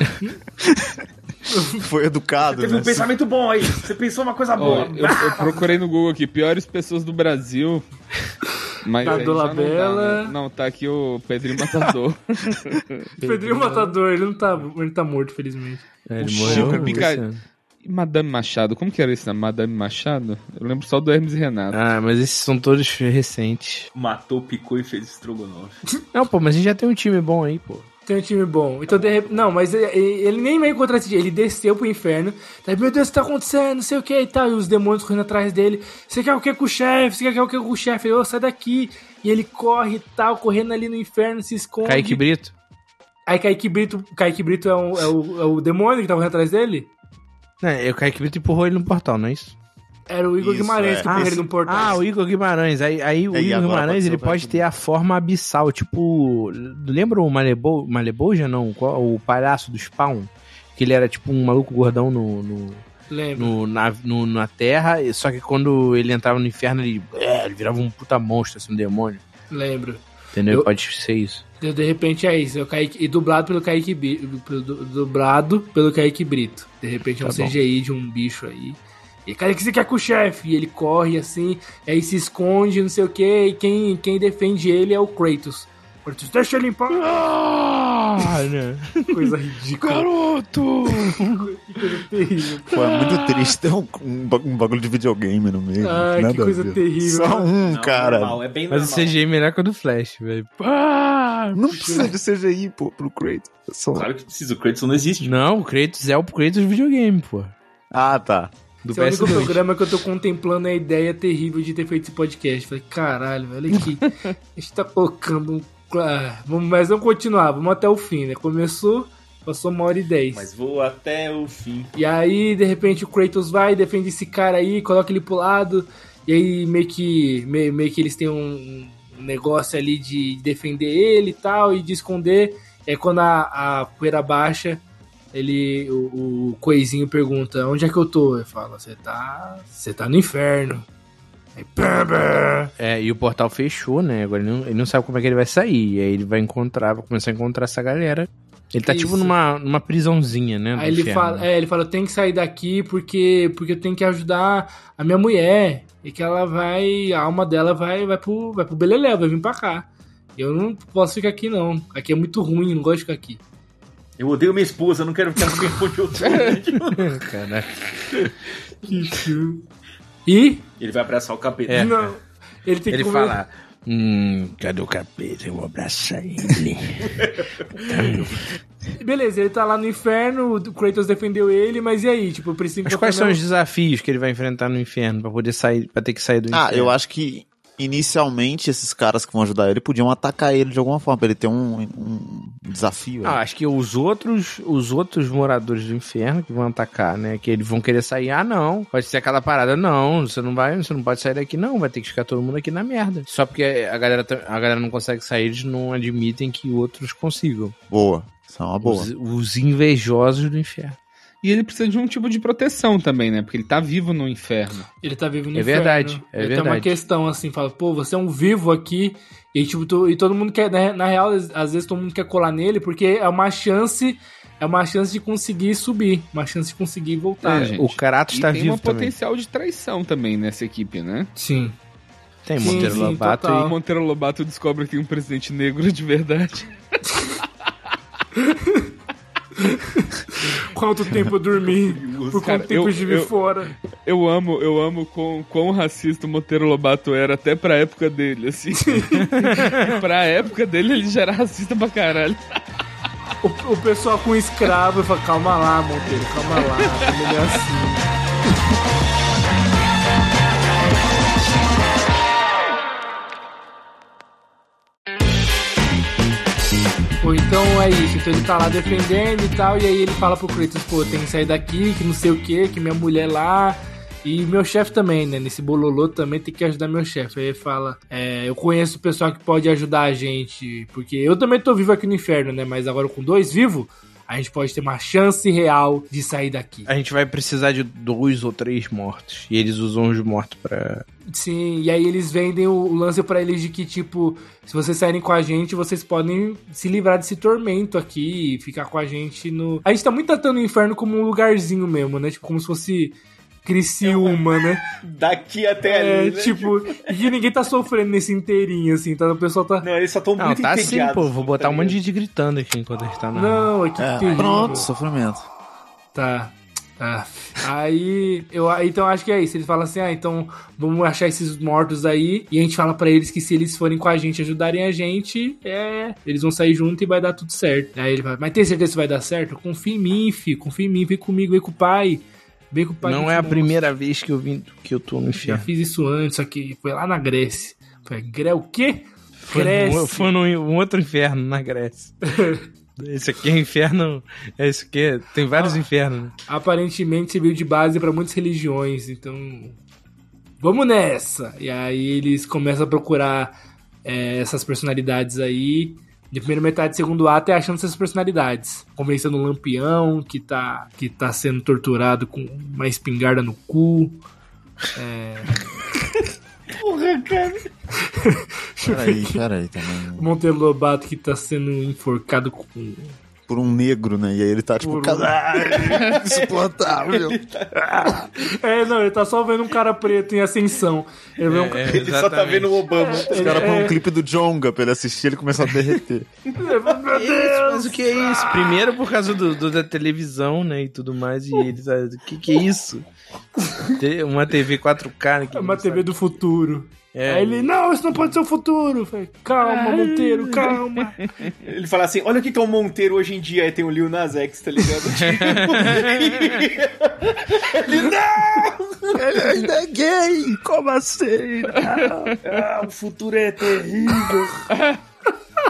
[SPEAKER 4] Foi educado,
[SPEAKER 2] Teve
[SPEAKER 4] né?
[SPEAKER 2] um pensamento bom aí. Você pensou uma coisa
[SPEAKER 3] Ó,
[SPEAKER 2] boa.
[SPEAKER 3] eu, eu procurei no Google aqui, piores pessoas do Brasil. Mas
[SPEAKER 1] Da
[SPEAKER 3] aí já não dá,
[SPEAKER 1] Dolabella.
[SPEAKER 3] né? Não, tá aqui o Pedrinho Matador.
[SPEAKER 1] Pedrinho Matador, ele não tá, ele tá morto, felizmente.
[SPEAKER 5] É,
[SPEAKER 3] O
[SPEAKER 5] ele
[SPEAKER 3] Chico
[SPEAKER 5] morreu.
[SPEAKER 3] Picard.
[SPEAKER 5] esse ano.
[SPEAKER 3] E Madame Machado, como que era isso? né? Madame Machado? Eu lembro só do Hermes e Renato.
[SPEAKER 5] Ah, mas esses são todos recentes.
[SPEAKER 7] Matou, picou e fez estrogonofe.
[SPEAKER 5] Não, pô, mas a gente já tem um time bom aí, pô.
[SPEAKER 1] Tem um time bom. Então, de repente. Não, mas ele- ele nem meio contra esse dia. Ele desceu pro inferno. Tá, meu Deus, o que tá acontecendo? Não sei o que e tal. E os demônios correndo atrás dele. Você quer o que com o chefe? Você quer o que com o chefe? Ele, Ô, sai daqui. E ele corre e tal, correndo ali no inferno, se esconde.
[SPEAKER 5] Kaique Brito?
[SPEAKER 1] Aí Kaique Brito. Kaique Brito é, um- é o, é o demônio que tá correndo atrás dele?
[SPEAKER 5] Não, é, o Kaique Brito empurrou ele no portal, não é isso?
[SPEAKER 1] Era o Igor
[SPEAKER 4] Isso,
[SPEAKER 1] Guimarães
[SPEAKER 4] é.
[SPEAKER 1] que perdeu ele no portal.
[SPEAKER 5] Ah, o Igor Guimarães. Aí, aí o
[SPEAKER 4] É, e
[SPEAKER 5] Igor
[SPEAKER 4] agora
[SPEAKER 5] Guimarães
[SPEAKER 4] pode ser
[SPEAKER 5] ele
[SPEAKER 4] o
[SPEAKER 5] pode
[SPEAKER 4] Kaique
[SPEAKER 5] ter a forma abissal, tipo. Lembra o Malebo, Maleboja, não? Qual- O palhaço do Spawn? Que ele era tipo um maluco gordão no, no,
[SPEAKER 1] Lembro.
[SPEAKER 5] no- na, no- na Terra, e- só que quando ele entrava no inferno, ele, é, ele virava um puta monstro, assim, um demônio.
[SPEAKER 1] Lembro.
[SPEAKER 5] Entendeu?
[SPEAKER 1] Eu-
[SPEAKER 5] Pode ser isso.
[SPEAKER 1] De, de repente é isso. é o Kaique- e dublado pelo Kaique Brito. Dublado pelo Kaique Brito. De repente é um
[SPEAKER 5] Tá bom.
[SPEAKER 1] CGI de um bicho aí. E cara, o que você quer com o chefe? E ele corre assim, aí se esconde, não sei o que, e quem, quem defende ele é o Kratos. Kratos, deixa ele limpar.
[SPEAKER 5] Ah, né?
[SPEAKER 1] Coisa ridícula,
[SPEAKER 5] Garoto!
[SPEAKER 1] coisa terrível.
[SPEAKER 4] Pô, é muito triste ter um, um ba- um bagulho de videogame no meio.
[SPEAKER 1] Ai,
[SPEAKER 4] Nada
[SPEAKER 1] que coisa
[SPEAKER 4] a ver.
[SPEAKER 1] terrível.
[SPEAKER 4] Só um,
[SPEAKER 7] Não,
[SPEAKER 4] cara.
[SPEAKER 7] normal, é bem
[SPEAKER 5] Mas o
[SPEAKER 7] normal.
[SPEAKER 5] CGI é melhor que o do Flash, velho. Ah!
[SPEAKER 4] Ah, Não precisa de CGI, pô, pro Kratos. É Só- um.
[SPEAKER 7] Claro que precisa, o Kratos não existe.
[SPEAKER 5] Não, o Kratos é o Kratos videogame, pô.
[SPEAKER 4] Ah, tá.
[SPEAKER 5] Do
[SPEAKER 1] Esse é o único
[SPEAKER 5] PS2.
[SPEAKER 1] programa que eu tô contemplando é a ideia terrível de ter feito esse podcast. Falei, caralho, velho, olha aqui. A gente tá colocando um. Ah, vamos, mas vamos continuar, vamos até o fim, né? Começou, passou uma hora e dez.
[SPEAKER 7] Mas vou até o fim.
[SPEAKER 1] E aí, de repente, o Kratos vai, defende esse cara aí, coloca ele pro lado. E aí, meio que, meio, meio que eles têm um um negócio ali de defender ele e tal, e de esconder. É quando a, a poeira baixa, ele, o, o coisinho pergunta: Onde é que eu tô? Ele fala: Você tá, você tá no inferno. Aí, pá, pá.
[SPEAKER 5] É, e o portal fechou, né? Agora ele não, ele não sabe como é que ele vai sair. E aí ele vai encontrar, vai começar a encontrar essa galera. Ele tá
[SPEAKER 1] Isso.
[SPEAKER 5] tipo numa, numa prisãozinha, né? do
[SPEAKER 1] Aí ele
[SPEAKER 5] inferno.
[SPEAKER 1] fala, é, ele fala, eu tenho que sair daqui porque, porque eu tenho que ajudar a minha mulher. E que ela vai. A alma dela vai, vai pro. Vai pro Beleléu, vai vir pra cá. Eu não posso ficar aqui, não. Aqui é muito ruim, não gosto de ficar aqui.
[SPEAKER 7] Eu odeio minha esposa, não quero ficar com quem for de outro.
[SPEAKER 5] Caraca.
[SPEAKER 1] E.
[SPEAKER 7] Ele vai abraçar o capeta.
[SPEAKER 5] É.
[SPEAKER 1] não, Ele tem
[SPEAKER 5] Ele
[SPEAKER 1] que
[SPEAKER 5] fala: Hum, cadê o capeta? Eu vou abraçar ele.
[SPEAKER 1] Beleza, ele tá lá no inferno, o Kratos defendeu ele, mas e aí? Tipo, eu preciso
[SPEAKER 5] Mas quais
[SPEAKER 1] encontrar
[SPEAKER 5] são os
[SPEAKER 1] meu-
[SPEAKER 5] desafios que ele vai enfrentar no inferno pra poder sair, pra ter que sair do inferno?
[SPEAKER 4] Ah, eu acho que inicialmente esses caras que vão ajudar ele podiam atacar ele de alguma forma, pra ele ter um, um desafio.
[SPEAKER 5] Ah,
[SPEAKER 4] né?
[SPEAKER 5] acho que os outros, os outros moradores do inferno que vão atacar, né? Que eles vão querer sair. Ah, não. Pode ser aquela parada. Não, você não vai, você não pode sair daqui, não. Vai ter que ficar todo mundo aqui na merda. Só porque a galera, tá- a galera não consegue sair, eles não admitem que outros consigam.
[SPEAKER 4] Boa. Isso é uma boa.
[SPEAKER 5] Os, os invejosos do inferno.
[SPEAKER 3] E ele precisa de um tipo de proteção também, né? Porque ele tá vivo no inferno.
[SPEAKER 1] Ele tá vivo no
[SPEAKER 5] É
[SPEAKER 1] inferno.
[SPEAKER 5] verdade, é
[SPEAKER 1] Ele Tem uma
[SPEAKER 5] verdade.
[SPEAKER 1] questão assim, fala, pô, você é um vivo aqui. E tipo, tu- e todo mundo quer, né, na real, às- às vezes todo mundo quer colar nele, porque é uma chance, é uma chance de conseguir subir, uma chance de conseguir voltar.
[SPEAKER 3] É, gente.
[SPEAKER 5] O Kratos
[SPEAKER 3] e
[SPEAKER 5] tá
[SPEAKER 3] tem
[SPEAKER 5] vivo
[SPEAKER 3] um
[SPEAKER 5] também.
[SPEAKER 3] potencial de traição também nessa equipe, né?
[SPEAKER 1] Sim.
[SPEAKER 5] Tem
[SPEAKER 1] Sim,
[SPEAKER 5] Monteiro
[SPEAKER 1] sim,
[SPEAKER 5] Lobato
[SPEAKER 1] total.
[SPEAKER 5] e
[SPEAKER 1] Ah.
[SPEAKER 3] O Monteiro Lobato descobre que tem um presidente negro de verdade.
[SPEAKER 1] Quanto tempo eu dormi? Por
[SPEAKER 3] Cara,
[SPEAKER 1] quanto tempo eu
[SPEAKER 3] eu-
[SPEAKER 1] estive
[SPEAKER 3] eu-
[SPEAKER 1] fora?
[SPEAKER 3] Eu amo, eu amo quão, quão racista o Monteiro Lobato era até pra época dele, assim. pra época dele ele já era racista pra caralho.
[SPEAKER 1] O, o pessoal com escravo, eu falo, calma lá, Monteiro, calma lá, é melhor assim. Pô, então é isso, então ele tá lá defendendo e tal, e aí ele fala pro Kratos, pô, tem que sair daqui, que não sei o que, que minha mulher lá, e meu chefe também, né? Nesse bololô também tem que ajudar meu chefe. Aí ele fala: é, Eu conheço o pessoal que pode ajudar a gente, porque eu também tô vivo aqui no inferno, né? Mas agora com dois vivos, a gente pode ter uma chance real de sair daqui.
[SPEAKER 5] a gente vai precisar de dois ou três mortos. E eles usam os mortos pra.
[SPEAKER 1] Sim, e aí eles vendem o, o lance pra eles de que, tipo, se vocês saírem com a gente, vocês podem se livrar desse tormento aqui e ficar com a gente no. A gente tá muito tratando o inferno como um lugarzinho mesmo, né? Tipo, como se fosse Criciúma, né?
[SPEAKER 2] Daqui até
[SPEAKER 1] É,
[SPEAKER 2] ali, né?
[SPEAKER 1] tipo, e que ninguém tá sofrendo nesse inteirinho, assim, tá? O pessoal tá.
[SPEAKER 2] Não, eles só estão
[SPEAKER 5] Não,
[SPEAKER 2] muito
[SPEAKER 5] tá assim,
[SPEAKER 2] entediados.
[SPEAKER 5] pô. Vou botar um
[SPEAKER 2] tá
[SPEAKER 5] monte de
[SPEAKER 2] ligado?
[SPEAKER 5] gente gritando aqui enquanto a gente tá na.
[SPEAKER 1] Não, é que
[SPEAKER 4] É,
[SPEAKER 1] terrível.
[SPEAKER 4] pronto, sofrimento.
[SPEAKER 1] Tá. Ah, aí, eu, então acho que é isso. Ele fala assim: ah, então vamos achar esses mortos aí. E a gente fala pra eles que se eles forem com a gente ajudarem a gente, é, eles vão sair junto e vai dar tudo certo. Aí ele fala: Mas tem certeza que vai dar certo? Confia em mim, fi. Confia em mim. Vem comigo, vem com o pai. Vem com o pai.
[SPEAKER 5] Não
[SPEAKER 1] que
[SPEAKER 5] é a
[SPEAKER 1] te-
[SPEAKER 5] primeira vez que eu vim que eu tô no
[SPEAKER 1] Já
[SPEAKER 5] inferno.
[SPEAKER 1] fiz isso antes, só que foi lá na Grécia. Foi Gré o quê?
[SPEAKER 5] Foi,
[SPEAKER 1] Grécia.
[SPEAKER 5] num- foi num, um outro inferno na Grécia. Esse aqui é inferno. é Esse aqui é- tem vários infernos. né?
[SPEAKER 1] aparentemente serviu de base para muitas religiões, então vamos nessa. E aí eles começam a procurar é, essas personalidades aí. De primeira metade do segundo ato é achando essas personalidades. Convencendo o Lampião, que tá, que tá sendo torturado com uma espingarda no cu.
[SPEAKER 4] Peraí, peraí também.
[SPEAKER 1] Monteiro Lobato, que tá sendo enforcado com
[SPEAKER 4] Por um negro, né? E aí ele tá tipo,
[SPEAKER 1] Por um-
[SPEAKER 4] caralho, insuportável.
[SPEAKER 1] É, não, ele tá só vendo um cara preto em ascensão. Ele vê um ca-
[SPEAKER 5] É,
[SPEAKER 2] Ele só tá
[SPEAKER 5] exatamente.
[SPEAKER 2] vendo o Obama.
[SPEAKER 4] Os caras põem um clipe do Jonga pra ele assistir ele começar a derreter.
[SPEAKER 1] Meu
[SPEAKER 5] Isso,
[SPEAKER 1] Deus!
[SPEAKER 5] mas o que é isso? Primeiro por causa do, do- da televisão, né? E tudo mais. E eles. ah, O que, que é isso? Ter Uma TV 4K. né, que
[SPEAKER 1] É uma
[SPEAKER 5] ninguém
[SPEAKER 1] TV
[SPEAKER 5] sabe.
[SPEAKER 1] do futuro.
[SPEAKER 5] É,
[SPEAKER 1] Aí ele, não, isso não pode ser o futuro. Eu Falei, calma, Monteiro, calma.
[SPEAKER 2] Ele fala assim: olha o que que é o Monteiro hoje em dia. Aí tem o Lil Nas X, tá ligado?
[SPEAKER 4] ele ainda é gay! Como assim?
[SPEAKER 2] ah, o futuro é terrível.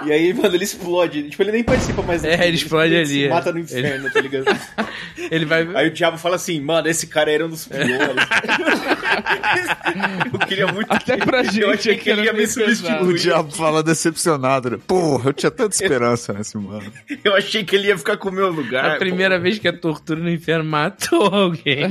[SPEAKER 2] e aí, mano, ele explode. Tipo, ele nem participa mais do
[SPEAKER 5] É,
[SPEAKER 2] filme,
[SPEAKER 5] ele explode
[SPEAKER 2] ele se
[SPEAKER 5] ali, é.
[SPEAKER 2] mata no inferno, tá ligado?
[SPEAKER 5] Ele vai.
[SPEAKER 2] Aí o diabo fala assim, mano, esse cara era um dos piores. eu queria muito
[SPEAKER 3] Até pra gente
[SPEAKER 2] Eu achei que
[SPEAKER 3] aqui era
[SPEAKER 2] ele ia me
[SPEAKER 3] meio
[SPEAKER 2] substituir.
[SPEAKER 3] pesado.
[SPEAKER 4] O diabo fala decepcionado. né? Porra, eu tinha tanta esperança nesse mano.
[SPEAKER 2] Eu achei que ele ia ficar com o meu lugar.
[SPEAKER 5] a primeira vez que a tortura no inferno matou alguém.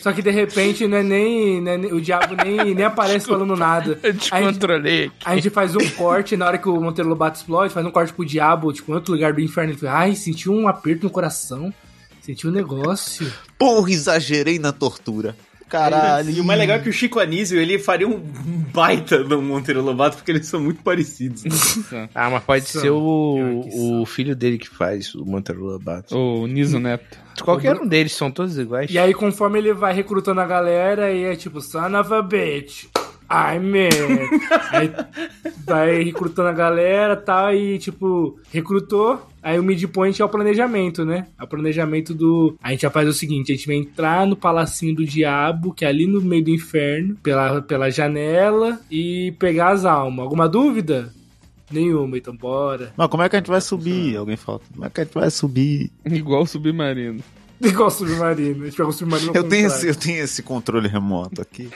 [SPEAKER 1] Só que de repente, não é nem, não é nem- o diabo nem, nem aparece falando nada.
[SPEAKER 5] Eu descontrolei.
[SPEAKER 1] A gente faz um corte, na hora que o Monteiro Lobato explode, faz um corte pro diabo, tipo, em outro lugar do inferno. Ele fala, ai, senti um aperto no coração, senti um negócio.
[SPEAKER 4] Porra, exagerei na tortura. Caralho.
[SPEAKER 2] E o mais legal é que o Chico Anísio, ele faria um baita do Monteiro Lobato, porque eles são muito parecidos. né?
[SPEAKER 5] Ah, mas pode
[SPEAKER 1] São.
[SPEAKER 5] ser o,
[SPEAKER 1] Pior que
[SPEAKER 5] o filho dele que faz, o Monteiro Lobato.
[SPEAKER 3] O Niso Neto.
[SPEAKER 5] Qualquer um deles, são todos iguais.
[SPEAKER 1] E aí, conforme ele vai recrutando a galera, aí é tipo, son of a bitch. Ai, man. aí vai recrutando a galera tal, e tipo, recrutou. Aí o midpoint é o planejamento, né? É o planejamento do. A gente já faz o seguinte: a gente vai entrar no palacinho do diabo, que é ali no meio do inferno, pela, pela janela, e pegar as almas. Alguma dúvida? Nenhuma, então bora.
[SPEAKER 4] Mas como é que a gente vai subir? Alguém fala, como é que a gente vai subir?
[SPEAKER 3] Igual o Submarino.
[SPEAKER 1] Igual o submarino. A gente pega o submarino. ao
[SPEAKER 4] Eu tenho,
[SPEAKER 1] contrário.
[SPEAKER 4] esse, eu tenho esse controle remoto aqui.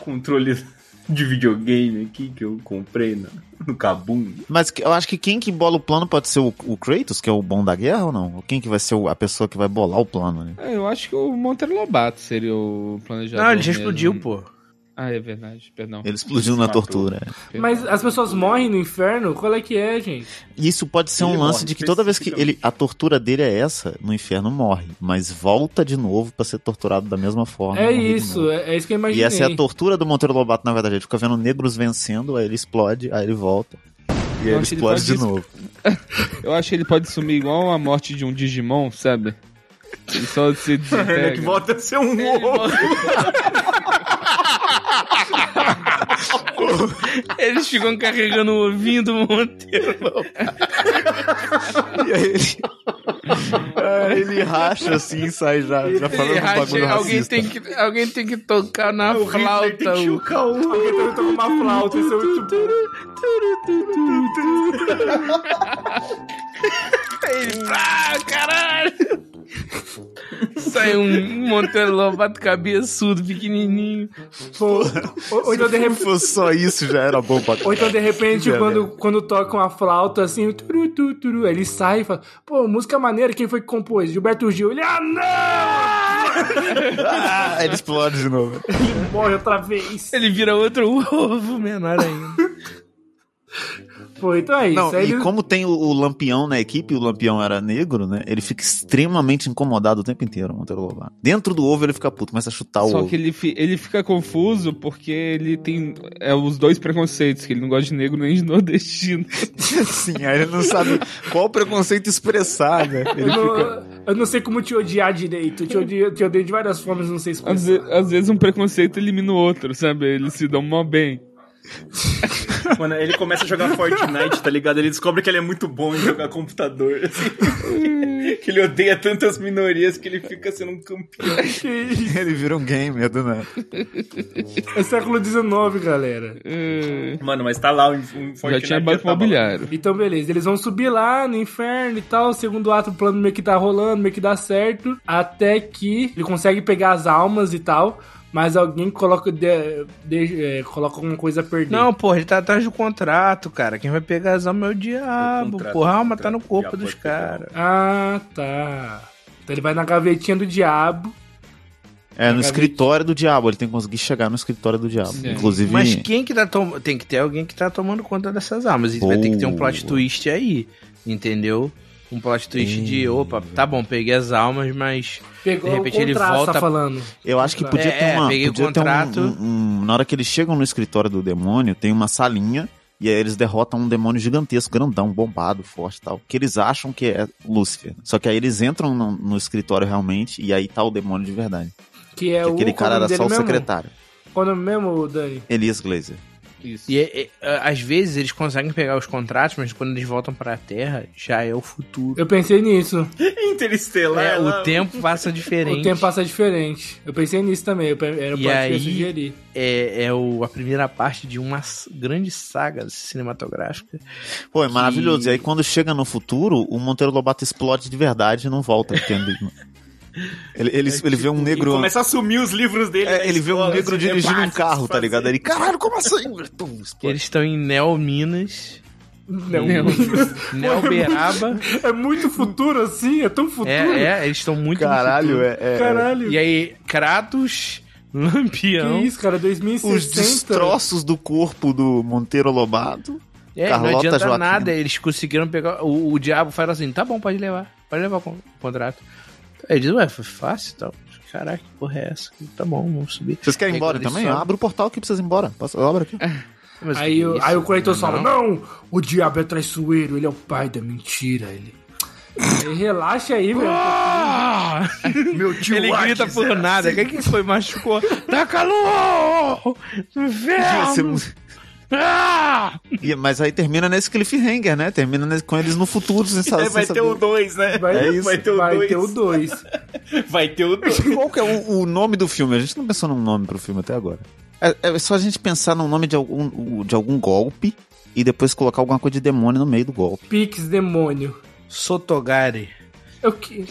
[SPEAKER 2] Controle de videogame aqui que eu comprei no, no Kabum.
[SPEAKER 4] Mas que- eu acho que quem que bola o plano pode ser o, o Kratos, que é o bom da guerra ou não? Ou Quem que vai ser o- a pessoa que vai bolar o plano? Né?
[SPEAKER 3] É, eu acho que o Monteiro Lobato seria o planejador.
[SPEAKER 5] Não, ele já
[SPEAKER 3] mesmo.
[SPEAKER 5] explodiu, pô.
[SPEAKER 3] Ah, é verdade, perdão.
[SPEAKER 4] Ele explodiu na tortura. é.
[SPEAKER 3] perdão.
[SPEAKER 1] Mas as pessoas morrem no inferno? Qual é que é, gente?
[SPEAKER 4] E isso pode ser um
[SPEAKER 2] Ele
[SPEAKER 4] lance
[SPEAKER 2] morre,
[SPEAKER 4] de que toda vez que ele a tortura dele é essa, no inferno morre, mas volta de novo pra ser torturado da mesma forma.
[SPEAKER 1] É
[SPEAKER 4] morrer de novo.
[SPEAKER 1] isso, é, é isso que eu
[SPEAKER 4] E
[SPEAKER 1] imaginei.
[SPEAKER 4] essa é a tortura do Monteiro Lobato, na verdade. Ele fica vendo negros vencendo, aí ele explode, aí ele volta. E aí ele
[SPEAKER 3] Nossa, ele
[SPEAKER 4] explode
[SPEAKER 3] faz
[SPEAKER 4] de
[SPEAKER 3] isso.
[SPEAKER 4] novo.
[SPEAKER 3] Eu acho que ele pode sumir igual a morte de um Digimon, sabe? Ele só se
[SPEAKER 2] É que
[SPEAKER 3] desintegra.
[SPEAKER 2] volta a ser um ovo.
[SPEAKER 5] Eles ficam carregando o ovinho do Monteiro.
[SPEAKER 4] E aí ele. Aí ele racha assim e sai já, já falando
[SPEAKER 5] Ele
[SPEAKER 4] um bagulho
[SPEAKER 5] racha- alguém,
[SPEAKER 4] racista.
[SPEAKER 5] tem que, alguém tem que tocar na flauta. É, o-
[SPEAKER 1] Alguém
[SPEAKER 2] um.
[SPEAKER 1] tá tocando uma flauta, isso é muito bom.
[SPEAKER 5] Ele, ah, caralho! Sai um Monteiro Lobato cabeçudo, pequenininho.
[SPEAKER 1] Ou, ou então, de
[SPEAKER 4] Se
[SPEAKER 1] repente,
[SPEAKER 4] fosse só isso, já era bom pra
[SPEAKER 1] ou então, de repente
[SPEAKER 4] Que
[SPEAKER 1] quando, quando toca uma flauta assim, turu, turu, turu, aí ele sai e fala: Pô, música maneira, quem foi que compôs? Gilberto Gil. Ele, ah, não!
[SPEAKER 4] Ah, ele explode de novo.
[SPEAKER 1] Ele morre outra vez.
[SPEAKER 5] Ele vira outro ovo menor ainda.
[SPEAKER 1] Pô, então é isso.
[SPEAKER 4] Não,
[SPEAKER 1] Aí
[SPEAKER 4] e
[SPEAKER 1] ele-
[SPEAKER 4] como tem o, o Lampião na equipe, o Lampião era negro, né? Ele fica extremamente incomodado o tempo inteiro, o Monteiro Lobato. Dentro do ovo ele fica puto, começa a chutar o
[SPEAKER 3] Só
[SPEAKER 4] ovo.
[SPEAKER 3] que ele, fi- ele fica confuso porque ele tem é, os dois preconceitos, que ele não gosta de negro nem de nordestino.
[SPEAKER 4] Sim, aí ele não sabe qual preconceito expressar, né?
[SPEAKER 1] Eu
[SPEAKER 4] Ele fica...
[SPEAKER 1] não, eu não sei como te odiar direito. Te odio, te odeio de várias formas, não sei
[SPEAKER 3] Às,
[SPEAKER 1] expressar.
[SPEAKER 3] ve- às vezes um preconceito elimina o outro, sabe? Eles se dão mó bem.
[SPEAKER 7] Mano, ele começa a jogar Fortnite, tá ligado? Ele descobre que ele é muito bom em jogar computador. assim. que ele odeia tantas minorias que ele fica sendo um campeão.
[SPEAKER 1] Que isso?
[SPEAKER 4] Ele vira um gamer do nada.
[SPEAKER 1] É século XIX, galera.
[SPEAKER 3] É,
[SPEAKER 7] Mano, mas tá lá um, um
[SPEAKER 3] já
[SPEAKER 7] Fortnite.
[SPEAKER 3] tinha banco
[SPEAKER 7] tá bom.
[SPEAKER 3] imobiliário.
[SPEAKER 1] Então, beleza. Eles vão subir lá no inferno e tal. O segundo ato, o plano meio que tá rolando, meio que dá certo. Até que ele consegue pegar as almas e tal. Mas alguém coloca, de- de- é, coloca alguma coisa a perder.
[SPEAKER 5] Não, porra, ele tá atrás do contrato, cara. Quem vai pegar as almas é o diabo,
[SPEAKER 7] contrato,
[SPEAKER 5] porra. A alma
[SPEAKER 7] contrato,
[SPEAKER 5] tá no corpo
[SPEAKER 7] diabo
[SPEAKER 5] dos
[SPEAKER 7] vai pegar.
[SPEAKER 5] caras.
[SPEAKER 1] Ah, tá. Então ele vai na gavetinha do diabo.
[SPEAKER 4] É, no
[SPEAKER 1] Acabei-
[SPEAKER 4] escritório do diabo, ele tem que conseguir chegar no escritório do diabo.
[SPEAKER 3] Sim.
[SPEAKER 4] Inclusive,
[SPEAKER 5] Mas quem que tá tomando. Tem que ter alguém que tá tomando conta dessas almas. E vai ter que ter um plot
[SPEAKER 4] Boa.
[SPEAKER 5] twist aí. Entendeu? Um plot twist de, opa, tá bom, peguei as almas, mas.
[SPEAKER 1] Pegou
[SPEAKER 5] De repente
[SPEAKER 1] o
[SPEAKER 5] ele
[SPEAKER 1] contrato,
[SPEAKER 5] volta-
[SPEAKER 1] tá falando.
[SPEAKER 4] eu acho que podia
[SPEAKER 5] É,
[SPEAKER 4] ter uma.
[SPEAKER 5] peguei o
[SPEAKER 4] podia ter um-
[SPEAKER 5] contrato.
[SPEAKER 4] um- um- na hora que eles chegam no escritório do demônio, tem uma salinha. E aí eles derrotam um demônio gigantesco, grandão, bombado, forte e tal. Que eles acham que é Lúcifer. Só que aí eles entram no, no escritório realmente e aí tá o demônio de verdade.
[SPEAKER 1] Que é
[SPEAKER 4] Que
[SPEAKER 1] o.
[SPEAKER 4] aquele cara
[SPEAKER 1] qual
[SPEAKER 4] era
[SPEAKER 1] o nome
[SPEAKER 4] só o
[SPEAKER 1] dele mesmo?
[SPEAKER 4] secretário.
[SPEAKER 1] Qual o nome mesmo, Dani?
[SPEAKER 4] Elias Glazer.
[SPEAKER 3] Isso.
[SPEAKER 5] E, é- é- às vezes eles conseguem pegar os contratos, mas quando eles voltam pra Terra, já é o futuro.
[SPEAKER 1] Eu pensei nisso.
[SPEAKER 7] Interestelar.
[SPEAKER 5] É,
[SPEAKER 7] lá-
[SPEAKER 5] o tempo passa diferente.
[SPEAKER 1] O tempo passa diferente. Eu pensei nisso também. Eu pe- era
[SPEAKER 5] E
[SPEAKER 1] pra
[SPEAKER 5] aí-
[SPEAKER 1] te sugerir.
[SPEAKER 5] É, é o- a primeira parte de uma s- grande saga cinematográfica.
[SPEAKER 4] Pô, é maravilhoso. E aí quando chega no futuro, o Monteiro Lobato explode de verdade e não volta. entende? ele, ele,
[SPEAKER 1] É
[SPEAKER 4] ele vê um
[SPEAKER 1] tipo
[SPEAKER 7] Ele
[SPEAKER 4] negro.
[SPEAKER 7] começa a assumir os livros dele.
[SPEAKER 4] É,
[SPEAKER 7] na
[SPEAKER 4] ele vê um
[SPEAKER 7] escola,
[SPEAKER 4] negro
[SPEAKER 7] os
[SPEAKER 4] dirigindo um
[SPEAKER 7] debates,
[SPEAKER 4] carro, tá
[SPEAKER 7] fazer-
[SPEAKER 4] ligado? Ele, caralho, como assim? Pum, explode.
[SPEAKER 5] Eles estão em Neo Minas,
[SPEAKER 1] Não.
[SPEAKER 3] Não.
[SPEAKER 5] Neo Beraba.
[SPEAKER 1] É muito futuro assim? É tão futuro?
[SPEAKER 5] é, é, eles estão muito no
[SPEAKER 4] Caralho, é. é-
[SPEAKER 1] Caralho.
[SPEAKER 5] E aí, então, Kratos, Lampião.
[SPEAKER 1] Que isso, cara?
[SPEAKER 4] Os
[SPEAKER 1] 2060.
[SPEAKER 4] destroços do corpo do Monteiro Lobato.
[SPEAKER 5] É,
[SPEAKER 4] Carlota
[SPEAKER 5] não adianta
[SPEAKER 4] Joaquina.
[SPEAKER 5] nada, eles conseguiram pegar. O, o diabo fala assim: tá bom, pode levar, pode levar o con- o contrato. Aí diz: ué, foi fácil e tal. Caraca, que porra é essa? Tá bom, vamos subir.
[SPEAKER 4] Vocês querem ir
[SPEAKER 5] Aí
[SPEAKER 4] embora
[SPEAKER 5] quando eles
[SPEAKER 4] também?
[SPEAKER 5] sobem-
[SPEAKER 4] Abre o portal aqui pra vocês ir embora. Passa, abre aqui.
[SPEAKER 5] Mas
[SPEAKER 1] Aí,
[SPEAKER 5] que
[SPEAKER 1] o-
[SPEAKER 5] isso,
[SPEAKER 1] aí o Kratos
[SPEAKER 5] não é
[SPEAKER 1] fala:
[SPEAKER 5] não?
[SPEAKER 1] não. o diabo é traiçoeiro, ele é o pai da mentira. Ele. Aí relaxa aí, velho.
[SPEAKER 5] Ah!
[SPEAKER 4] Meu tio
[SPEAKER 5] Ele grita por nada. Quem é que foi? Machucou. Tá calor! Inferno! Ah!
[SPEAKER 4] Mas aí termina nesse cliffhanger, né? Termina nesse- com eles no futuro, sem saber.
[SPEAKER 7] É, vai
[SPEAKER 4] sem
[SPEAKER 7] ter o
[SPEAKER 4] saber.
[SPEAKER 7] 2, né?
[SPEAKER 1] Vai,
[SPEAKER 4] É isso.
[SPEAKER 7] Vai ter o
[SPEAKER 1] vai
[SPEAKER 7] dois.
[SPEAKER 1] ter o 2.
[SPEAKER 7] Vai ter o 2.
[SPEAKER 4] Qual que é o, o nome do filme? A gente não pensou num nome pro filme até agora. É, é só a gente pensar num nome de algum, de algum golpe e depois colocar alguma coisa de demônio no meio do golpe.
[SPEAKER 1] Pix Demônio.
[SPEAKER 5] Sotogari.
[SPEAKER 1] É o que?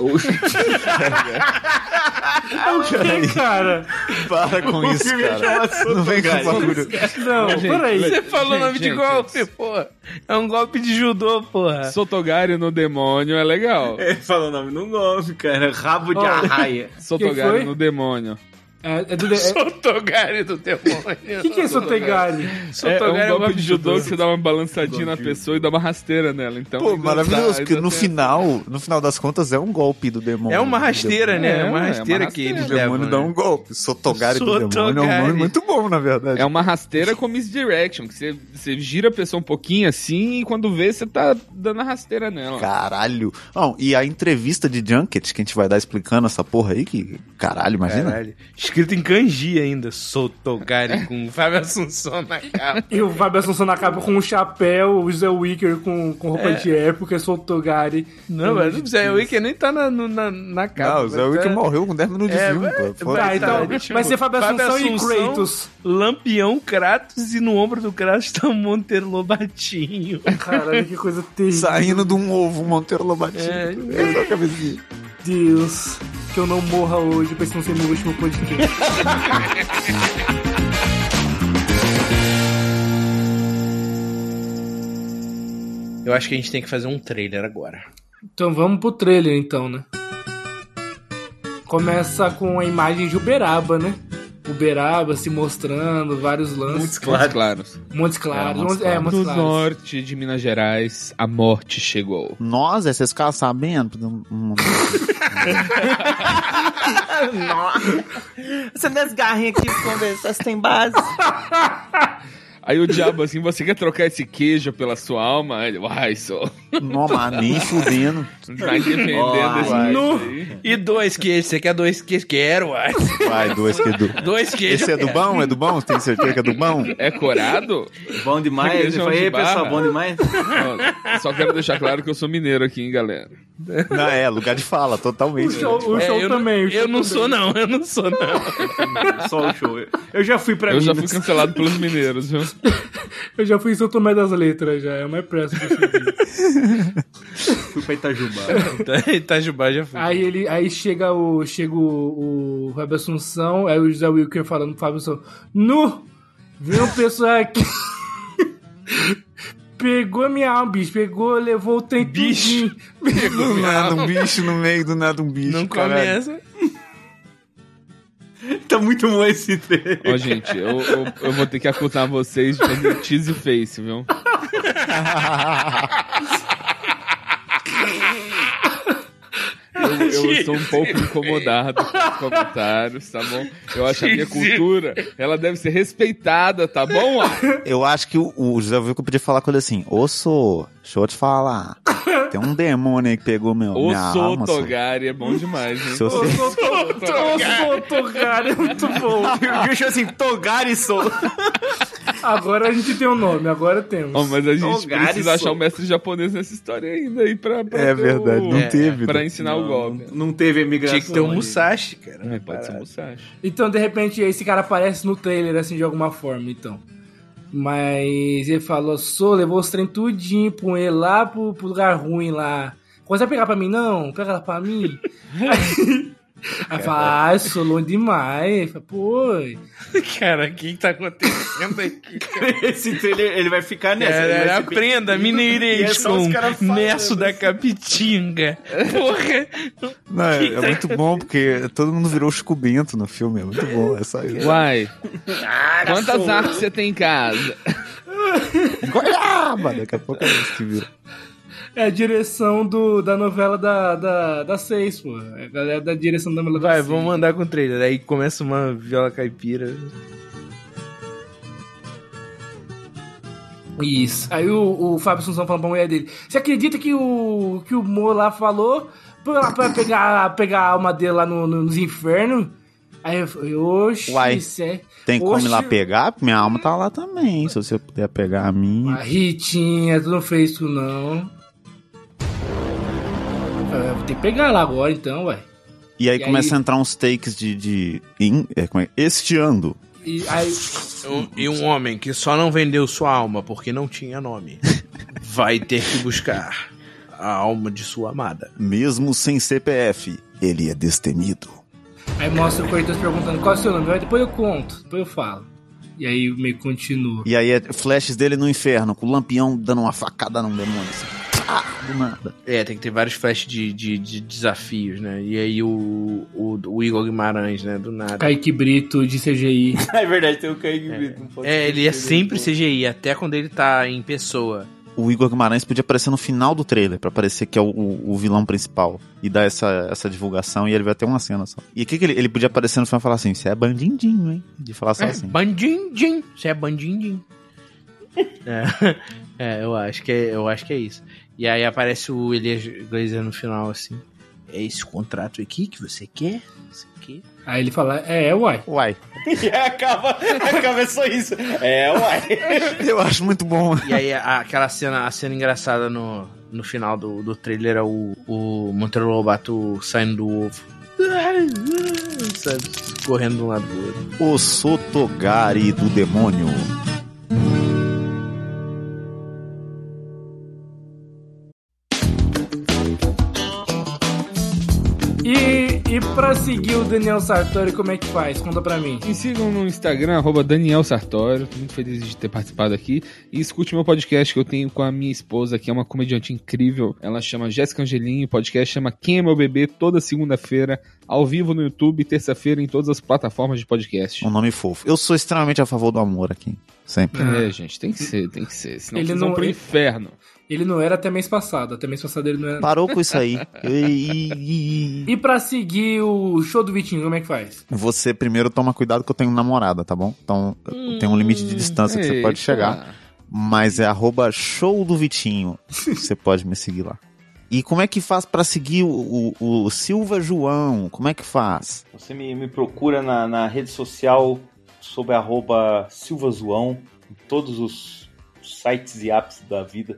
[SPEAKER 1] É o que, cara?
[SPEAKER 4] Para com isso, é cara. Não vem com bagulho.
[SPEAKER 1] Não, peraí.
[SPEAKER 5] Você falou o nome de
[SPEAKER 3] gente,
[SPEAKER 5] golpe, pô. É um golpe de judô, porra.
[SPEAKER 3] Sotogari é no demônio é legal.
[SPEAKER 7] É, fala o nome no nome, cara. Rabo de
[SPEAKER 1] Ó.
[SPEAKER 7] arraia.
[SPEAKER 1] Quem
[SPEAKER 3] Sotogari
[SPEAKER 1] foi?
[SPEAKER 3] no demônio.
[SPEAKER 1] É, é do. O
[SPEAKER 5] Sotogari do demônio.
[SPEAKER 1] que, que é Sotegari?
[SPEAKER 3] É, é um
[SPEAKER 5] Sotogari
[SPEAKER 3] golpe, de judô que você dá uma balançadinha na pessoa e dá uma rasteira nela. Então,
[SPEAKER 4] Pô,
[SPEAKER 3] ainda
[SPEAKER 4] maravilhoso,
[SPEAKER 3] tá-
[SPEAKER 4] porque
[SPEAKER 3] ainda
[SPEAKER 4] no
[SPEAKER 3] tem-
[SPEAKER 4] final, no final das contas, é um golpe do demônio.
[SPEAKER 5] É uma rasteira, né? É uma
[SPEAKER 3] É, é uma
[SPEAKER 5] rasteira que eles
[SPEAKER 4] O demônio
[SPEAKER 5] levam.
[SPEAKER 4] dá um golpe. Sotogari do
[SPEAKER 5] Sotogari.
[SPEAKER 4] demônio é um nome muito bom, na verdade.
[SPEAKER 3] É uma rasteira com misdirection, que você, você gira a pessoa um pouquinho assim e quando vê, você tá dando a rasteira nela.
[SPEAKER 4] Caralho. Não, e a entrevista de Junket, que a gente vai dar explicando essa porra aí, que caralho, imagina.
[SPEAKER 5] Caralho. Escrito em kanji ainda. Sotogari com Fábio Assunção na capa.
[SPEAKER 1] E o Fábio Assunção na capa com um chapéu, o Zé Wicker com, com roupa de época, sou o Togari.
[SPEAKER 5] Não, mas o Zé Wicker nem tá na, no- na, na
[SPEAKER 8] é
[SPEAKER 5] capa.
[SPEAKER 4] Não, Ah, o Zé
[SPEAKER 5] Vai
[SPEAKER 4] Wick
[SPEAKER 5] tá-
[SPEAKER 4] morreu com 10 minutos
[SPEAKER 5] É,
[SPEAKER 4] de filme,
[SPEAKER 5] vai-
[SPEAKER 4] pô. Foda-se.
[SPEAKER 1] Tá, então
[SPEAKER 5] Caralho, tipo,
[SPEAKER 1] vai ser Fábio
[SPEAKER 5] Fábio
[SPEAKER 1] Assunção, e
[SPEAKER 5] Assunção.
[SPEAKER 1] Kratos.
[SPEAKER 5] Lampião, Kratos e no ombro do Kratos tá o Monteiro Lobatinho.
[SPEAKER 1] Caralho, que coisa terrível.
[SPEAKER 4] Saindo de um ovo, um Monteiro Lobatinho.
[SPEAKER 5] É.
[SPEAKER 4] É só a cabecinha.
[SPEAKER 1] Deus, que eu não morra hoje pra isso não ser meu último podcast.
[SPEAKER 5] Eu acho que a gente tem que fazer um trailer agora.
[SPEAKER 1] então vamos pro trailer então, né? Começa com a imagem de Uberaba, né? Uberaba se mostrando, vários lances.
[SPEAKER 7] Muitos claros.
[SPEAKER 3] Claros.
[SPEAKER 1] Montes Claros.
[SPEAKER 4] É, Montes
[SPEAKER 1] É, Montes
[SPEAKER 3] Do
[SPEAKER 1] Claros.
[SPEAKER 3] norte de Minas Gerais, a morte chegou.
[SPEAKER 4] Nossa, é, vocês ficaram sabendo? Hum, hum.
[SPEAKER 8] Você não é esse garrinho aqui pra conversar, você tem base.
[SPEAKER 3] Aí o diabo assim, você quer trocar esse queijo pela sua alma? Ele, Uai, só.
[SPEAKER 4] Não, mas um nem fudendo.
[SPEAKER 3] Vai defendendo
[SPEAKER 4] Uai.
[SPEAKER 3] tá esse
[SPEAKER 4] Nu.
[SPEAKER 3] aí.
[SPEAKER 8] E dois queijos, você quer dois queijos? Quero, uai.
[SPEAKER 4] Vai, dois que é do.
[SPEAKER 8] Dois queijos.
[SPEAKER 4] Esse é do bom? É do bom? Você tem certeza que é do bom?
[SPEAKER 3] É corado?
[SPEAKER 7] Bom demais. Ele
[SPEAKER 3] Região
[SPEAKER 7] falou,
[SPEAKER 3] de
[SPEAKER 7] Ei, pessoal,
[SPEAKER 3] Barra."
[SPEAKER 7] bom demais.
[SPEAKER 3] Ó, Só quero deixar claro que eu sou mineiro aqui, hein, galera.
[SPEAKER 4] Não, é, lugar de fala,
[SPEAKER 1] O
[SPEAKER 4] totalmente. Tipo,
[SPEAKER 1] show, o show
[SPEAKER 8] eu não-
[SPEAKER 1] também. o show
[SPEAKER 8] Eu não
[SPEAKER 1] também.
[SPEAKER 8] sou, não, eu não sou, não.
[SPEAKER 7] Só o show. Eu já fui pra
[SPEAKER 3] Eu já fui
[SPEAKER 7] Minas.
[SPEAKER 3] cancelado pelos mineiros, viu?
[SPEAKER 1] Eu já fui em São Tomé das Letras, já. É mais pressa. que eu cheguei.
[SPEAKER 7] fui pra Itajubá.
[SPEAKER 5] Tá,
[SPEAKER 8] Itajubá já foi.
[SPEAKER 1] aí ele, aí chega o, chega o, o Fábio Assunção, aí o José Wilker falando pro Fábio Assunção, nu, vem um pessoal aqui, pegou minha alma, bicho, pegou, levou o trem
[SPEAKER 8] Bicho.
[SPEAKER 1] tudinho."
[SPEAKER 4] Do nada um bicho no meio, do nada um bicho.
[SPEAKER 8] Não
[SPEAKER 4] caralho.
[SPEAKER 8] começa.
[SPEAKER 7] tá muito bom esse treino.
[SPEAKER 3] Ó, gente, eu, eu, eu vou ter que acusar vocês de fazer cheese e face, viu? Eu, eu sou um pouco incomodado com os comentários, tá bom? Eu acho que a minha cultura, ela deve ser respeitada, tá bom? ó?
[SPEAKER 4] Eu acho que o, o José Vilco podia falar com ele assim: Ô, sou, deixa eu te falar. Tem um demônio aí que pegou meu,
[SPEAKER 3] O
[SPEAKER 4] minha alma. sou.
[SPEAKER 3] Sotogari é bom demais, hein?
[SPEAKER 4] Se você-
[SPEAKER 1] Ô, Soto, cara, é muito bom.
[SPEAKER 7] O bicho assim, Togari sou.
[SPEAKER 1] Agora a gente tem o nome, agora temos.
[SPEAKER 3] Ó, mas a gente
[SPEAKER 7] Togari
[SPEAKER 3] precisa achar
[SPEAKER 7] sou.
[SPEAKER 3] o mestre japonês nessa história ainda aí pra, pra
[SPEAKER 4] É
[SPEAKER 3] ter
[SPEAKER 4] verdade,
[SPEAKER 3] o-
[SPEAKER 4] não teve. né?
[SPEAKER 3] Pra ensinar o golpe.
[SPEAKER 7] Não teve emigração.
[SPEAKER 8] Tinha que ter um
[SPEAKER 7] aí.
[SPEAKER 8] Musashi, cara.
[SPEAKER 3] É, pode ser Musashi.
[SPEAKER 1] Então, de repente, esse cara aparece no trailer, assim, de alguma forma, então. Mas ele falou, sou, levou os trem tudinho, põe ele lá pro, pro lugar ruim lá. Consegue pegar pra mim? Não, pega ela pra mim. Aí fala, ah, eu sou longe demais. Fala, Pô,
[SPEAKER 8] Cara, o que que tá acontecendo aqui?
[SPEAKER 7] Esse trailer, ele vai ficar nessa.
[SPEAKER 5] É,
[SPEAKER 7] ele vai
[SPEAKER 8] Cara,
[SPEAKER 7] ser bem-
[SPEAKER 8] aprenda
[SPEAKER 7] E é
[SPEAKER 8] mineirês
[SPEAKER 7] só os
[SPEAKER 8] com
[SPEAKER 7] caras falando,
[SPEAKER 8] Nesso da
[SPEAKER 7] assim.
[SPEAKER 8] Capitinga. Porra.
[SPEAKER 4] Não, é, é muito bom, porque todo mundo virou Chico Bento no filme. É muito bom, é só isso.
[SPEAKER 3] Uai, quantas artes você tem em casa?
[SPEAKER 4] Goiaba! Daqui a pouco é isso que vira.
[SPEAKER 1] é a direção do, da novela da, da, da Seis, pô. É a galera da direção da novela da
[SPEAKER 5] Vai,
[SPEAKER 1] Seis.
[SPEAKER 5] vamos mandar com o trailer. Aí começa uma viola caipira.
[SPEAKER 1] Isso. Aí o, o Fábio Assunção falando pra mulher dele: Você acredita que o, que o Mo lá falou pra, lá pra pegar, pegar a alma dele lá no, no- nos infernos? Aí eu falei: Oxe,
[SPEAKER 4] Uai.
[SPEAKER 1] isso é.
[SPEAKER 4] Tem como
[SPEAKER 1] Oxe.
[SPEAKER 4] ir lá pegar? Minha alma tá lá também. Se você puder pegar a minha.
[SPEAKER 1] A Ritinha, tu não fez isso não. Eu falei, "Eu Vou ter que pegar lá agora então, ué.
[SPEAKER 4] E aí
[SPEAKER 1] E
[SPEAKER 4] começa
[SPEAKER 1] aí-
[SPEAKER 4] a entrar uns takes de. de in- é, como é? Estiando.
[SPEAKER 1] E aí,
[SPEAKER 5] Um- e um homem que só não vendeu sua alma porque não tinha nome vai ter que buscar a alma de sua amada.
[SPEAKER 4] Mesmo sem CPF, ele é destemido.
[SPEAKER 1] aí mostra o Corinthians perguntando: Qual é o seu nome? Eu, depois eu conto, depois eu falo. E aí meio que continua.
[SPEAKER 4] E aí é flashes dele no inferno, com o lampião dando uma facada num demônio. Assim. Ah, do nada.
[SPEAKER 5] É, tem que ter vários flash de, de, de desafios, né? E aí o, o, o Igor Guimarães, né? Do nada.
[SPEAKER 1] Kaique Brito de CGI.
[SPEAKER 7] É verdade, tem o Kaique Brito. não pode
[SPEAKER 5] É,
[SPEAKER 7] ter
[SPEAKER 5] ele é
[SPEAKER 7] trailer,
[SPEAKER 5] sempre
[SPEAKER 7] pô.
[SPEAKER 5] CGI, até quando ele tá em pessoa.
[SPEAKER 4] O Igor Guimarães podia aparecer no final do trailer, pra parecer que é o, o- o vilão principal. E dar essa, essa divulgação, e ele vai ter uma cena só. E o que, que ele, ele podia aparecer no final e falar assim: Você é bandindinho, hein? De falar só
[SPEAKER 5] É,
[SPEAKER 4] assim.
[SPEAKER 5] bandindim. Você é bandindim. é, é, eu acho que é, eu acho que é isso. E aí aparece o Elias Glazer no final assim. É esse contrato aqui que você quer? Isso aqui.
[SPEAKER 1] aí ele fala: É, é, uai.
[SPEAKER 4] Uai.
[SPEAKER 7] E acaba, acaba só isso. É, uai.
[SPEAKER 4] Eu acho muito bom.
[SPEAKER 5] E aí a- aquela cena, a cena engraçada no, no final do, do trailer é o, o Monteiro Lobato saindo do ovo. Sabe? Correndo de um lado pro outro.
[SPEAKER 4] O Sotogari do Demônio.
[SPEAKER 1] E, e pra seguir o Daniel Sartori, como é que faz? Conta pra mim.
[SPEAKER 3] Me sigam no Instagram, arroba Daniel Sartório. Tô muito feliz de ter participado aqui. E escute meu podcast que eu tenho com a minha esposa, que é uma comediante incrível. Ela chama Jéssica Angelinho. O podcast chama Quem é Meu Bebê, toda segunda-feira, ao vivo no YouTube, terça-feira, em todas as plataformas de podcast.
[SPEAKER 4] Um nome fofo. Eu sou extremamente a favor do amor aqui. Sempre.
[SPEAKER 3] É, gente, tem que ser, tem que ser. Senão
[SPEAKER 1] Ele
[SPEAKER 3] vocês vão
[SPEAKER 1] não-
[SPEAKER 3] pro inferno.
[SPEAKER 1] Ele não era até mês passado, até mês passado ele não era.
[SPEAKER 4] Parou com isso aí. E- e- e-
[SPEAKER 1] E pra seguir o show do Vitinho, como é que faz?
[SPEAKER 4] Você primeiro toma cuidado que eu tenho namorada, tá bom? Então tem um limite de distância que você pode
[SPEAKER 3] Eita.
[SPEAKER 4] chegar. Mas é arroba show do Vitinho. Você pode me seguir lá. E como é que faz pra seguir o, o- o Silva João? Como é que faz?
[SPEAKER 2] Você me, me procura na, na rede social sob arroba silvazoão, em todos os sites e apps da vida.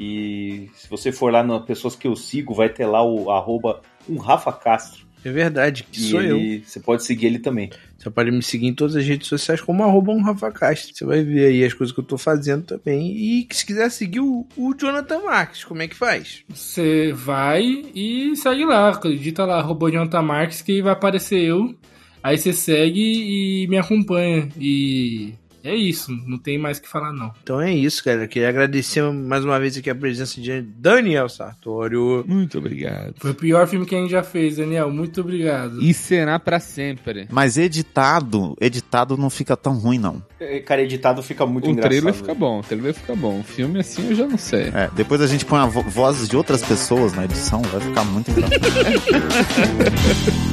[SPEAKER 2] E se você for lá nas pessoas que eu sigo, vai ter lá o arroba um Rafa Castro.
[SPEAKER 5] É verdade, que
[SPEAKER 2] E
[SPEAKER 5] sou eu.
[SPEAKER 2] ele- você pode seguir ele também.
[SPEAKER 5] Você pode me seguir em todas as redes sociais como arroba um Rafa Castro. Você vai ver aí as coisas que eu tô fazendo também. E que se quiser seguir o, o Jonathan Marques, como é que faz?
[SPEAKER 1] Você vai e segue lá, digita lá, arroba Jonathan Marques, que vai aparecer eu. Aí você segue e me acompanha. E é isso, não tem mais o que falar não.
[SPEAKER 5] Então é isso, galera. Queria agradecer mais uma vez aqui a presença de Daniel Sartório.
[SPEAKER 3] Muito obrigado.
[SPEAKER 1] Foi o pior filme que a gente já fez, Daniel. Muito obrigado.
[SPEAKER 3] E será pra sempre.
[SPEAKER 4] Mas editado, editado não fica tão ruim, não.
[SPEAKER 2] É, Cara, editado fica muito
[SPEAKER 3] o
[SPEAKER 2] engraçado.
[SPEAKER 3] trailer fica bom, o trailer fica bom. O filme assim eu já não sei.
[SPEAKER 4] É, depois a gente põe a vo- vozes de outras pessoas na edição, vai ficar muito engraçado.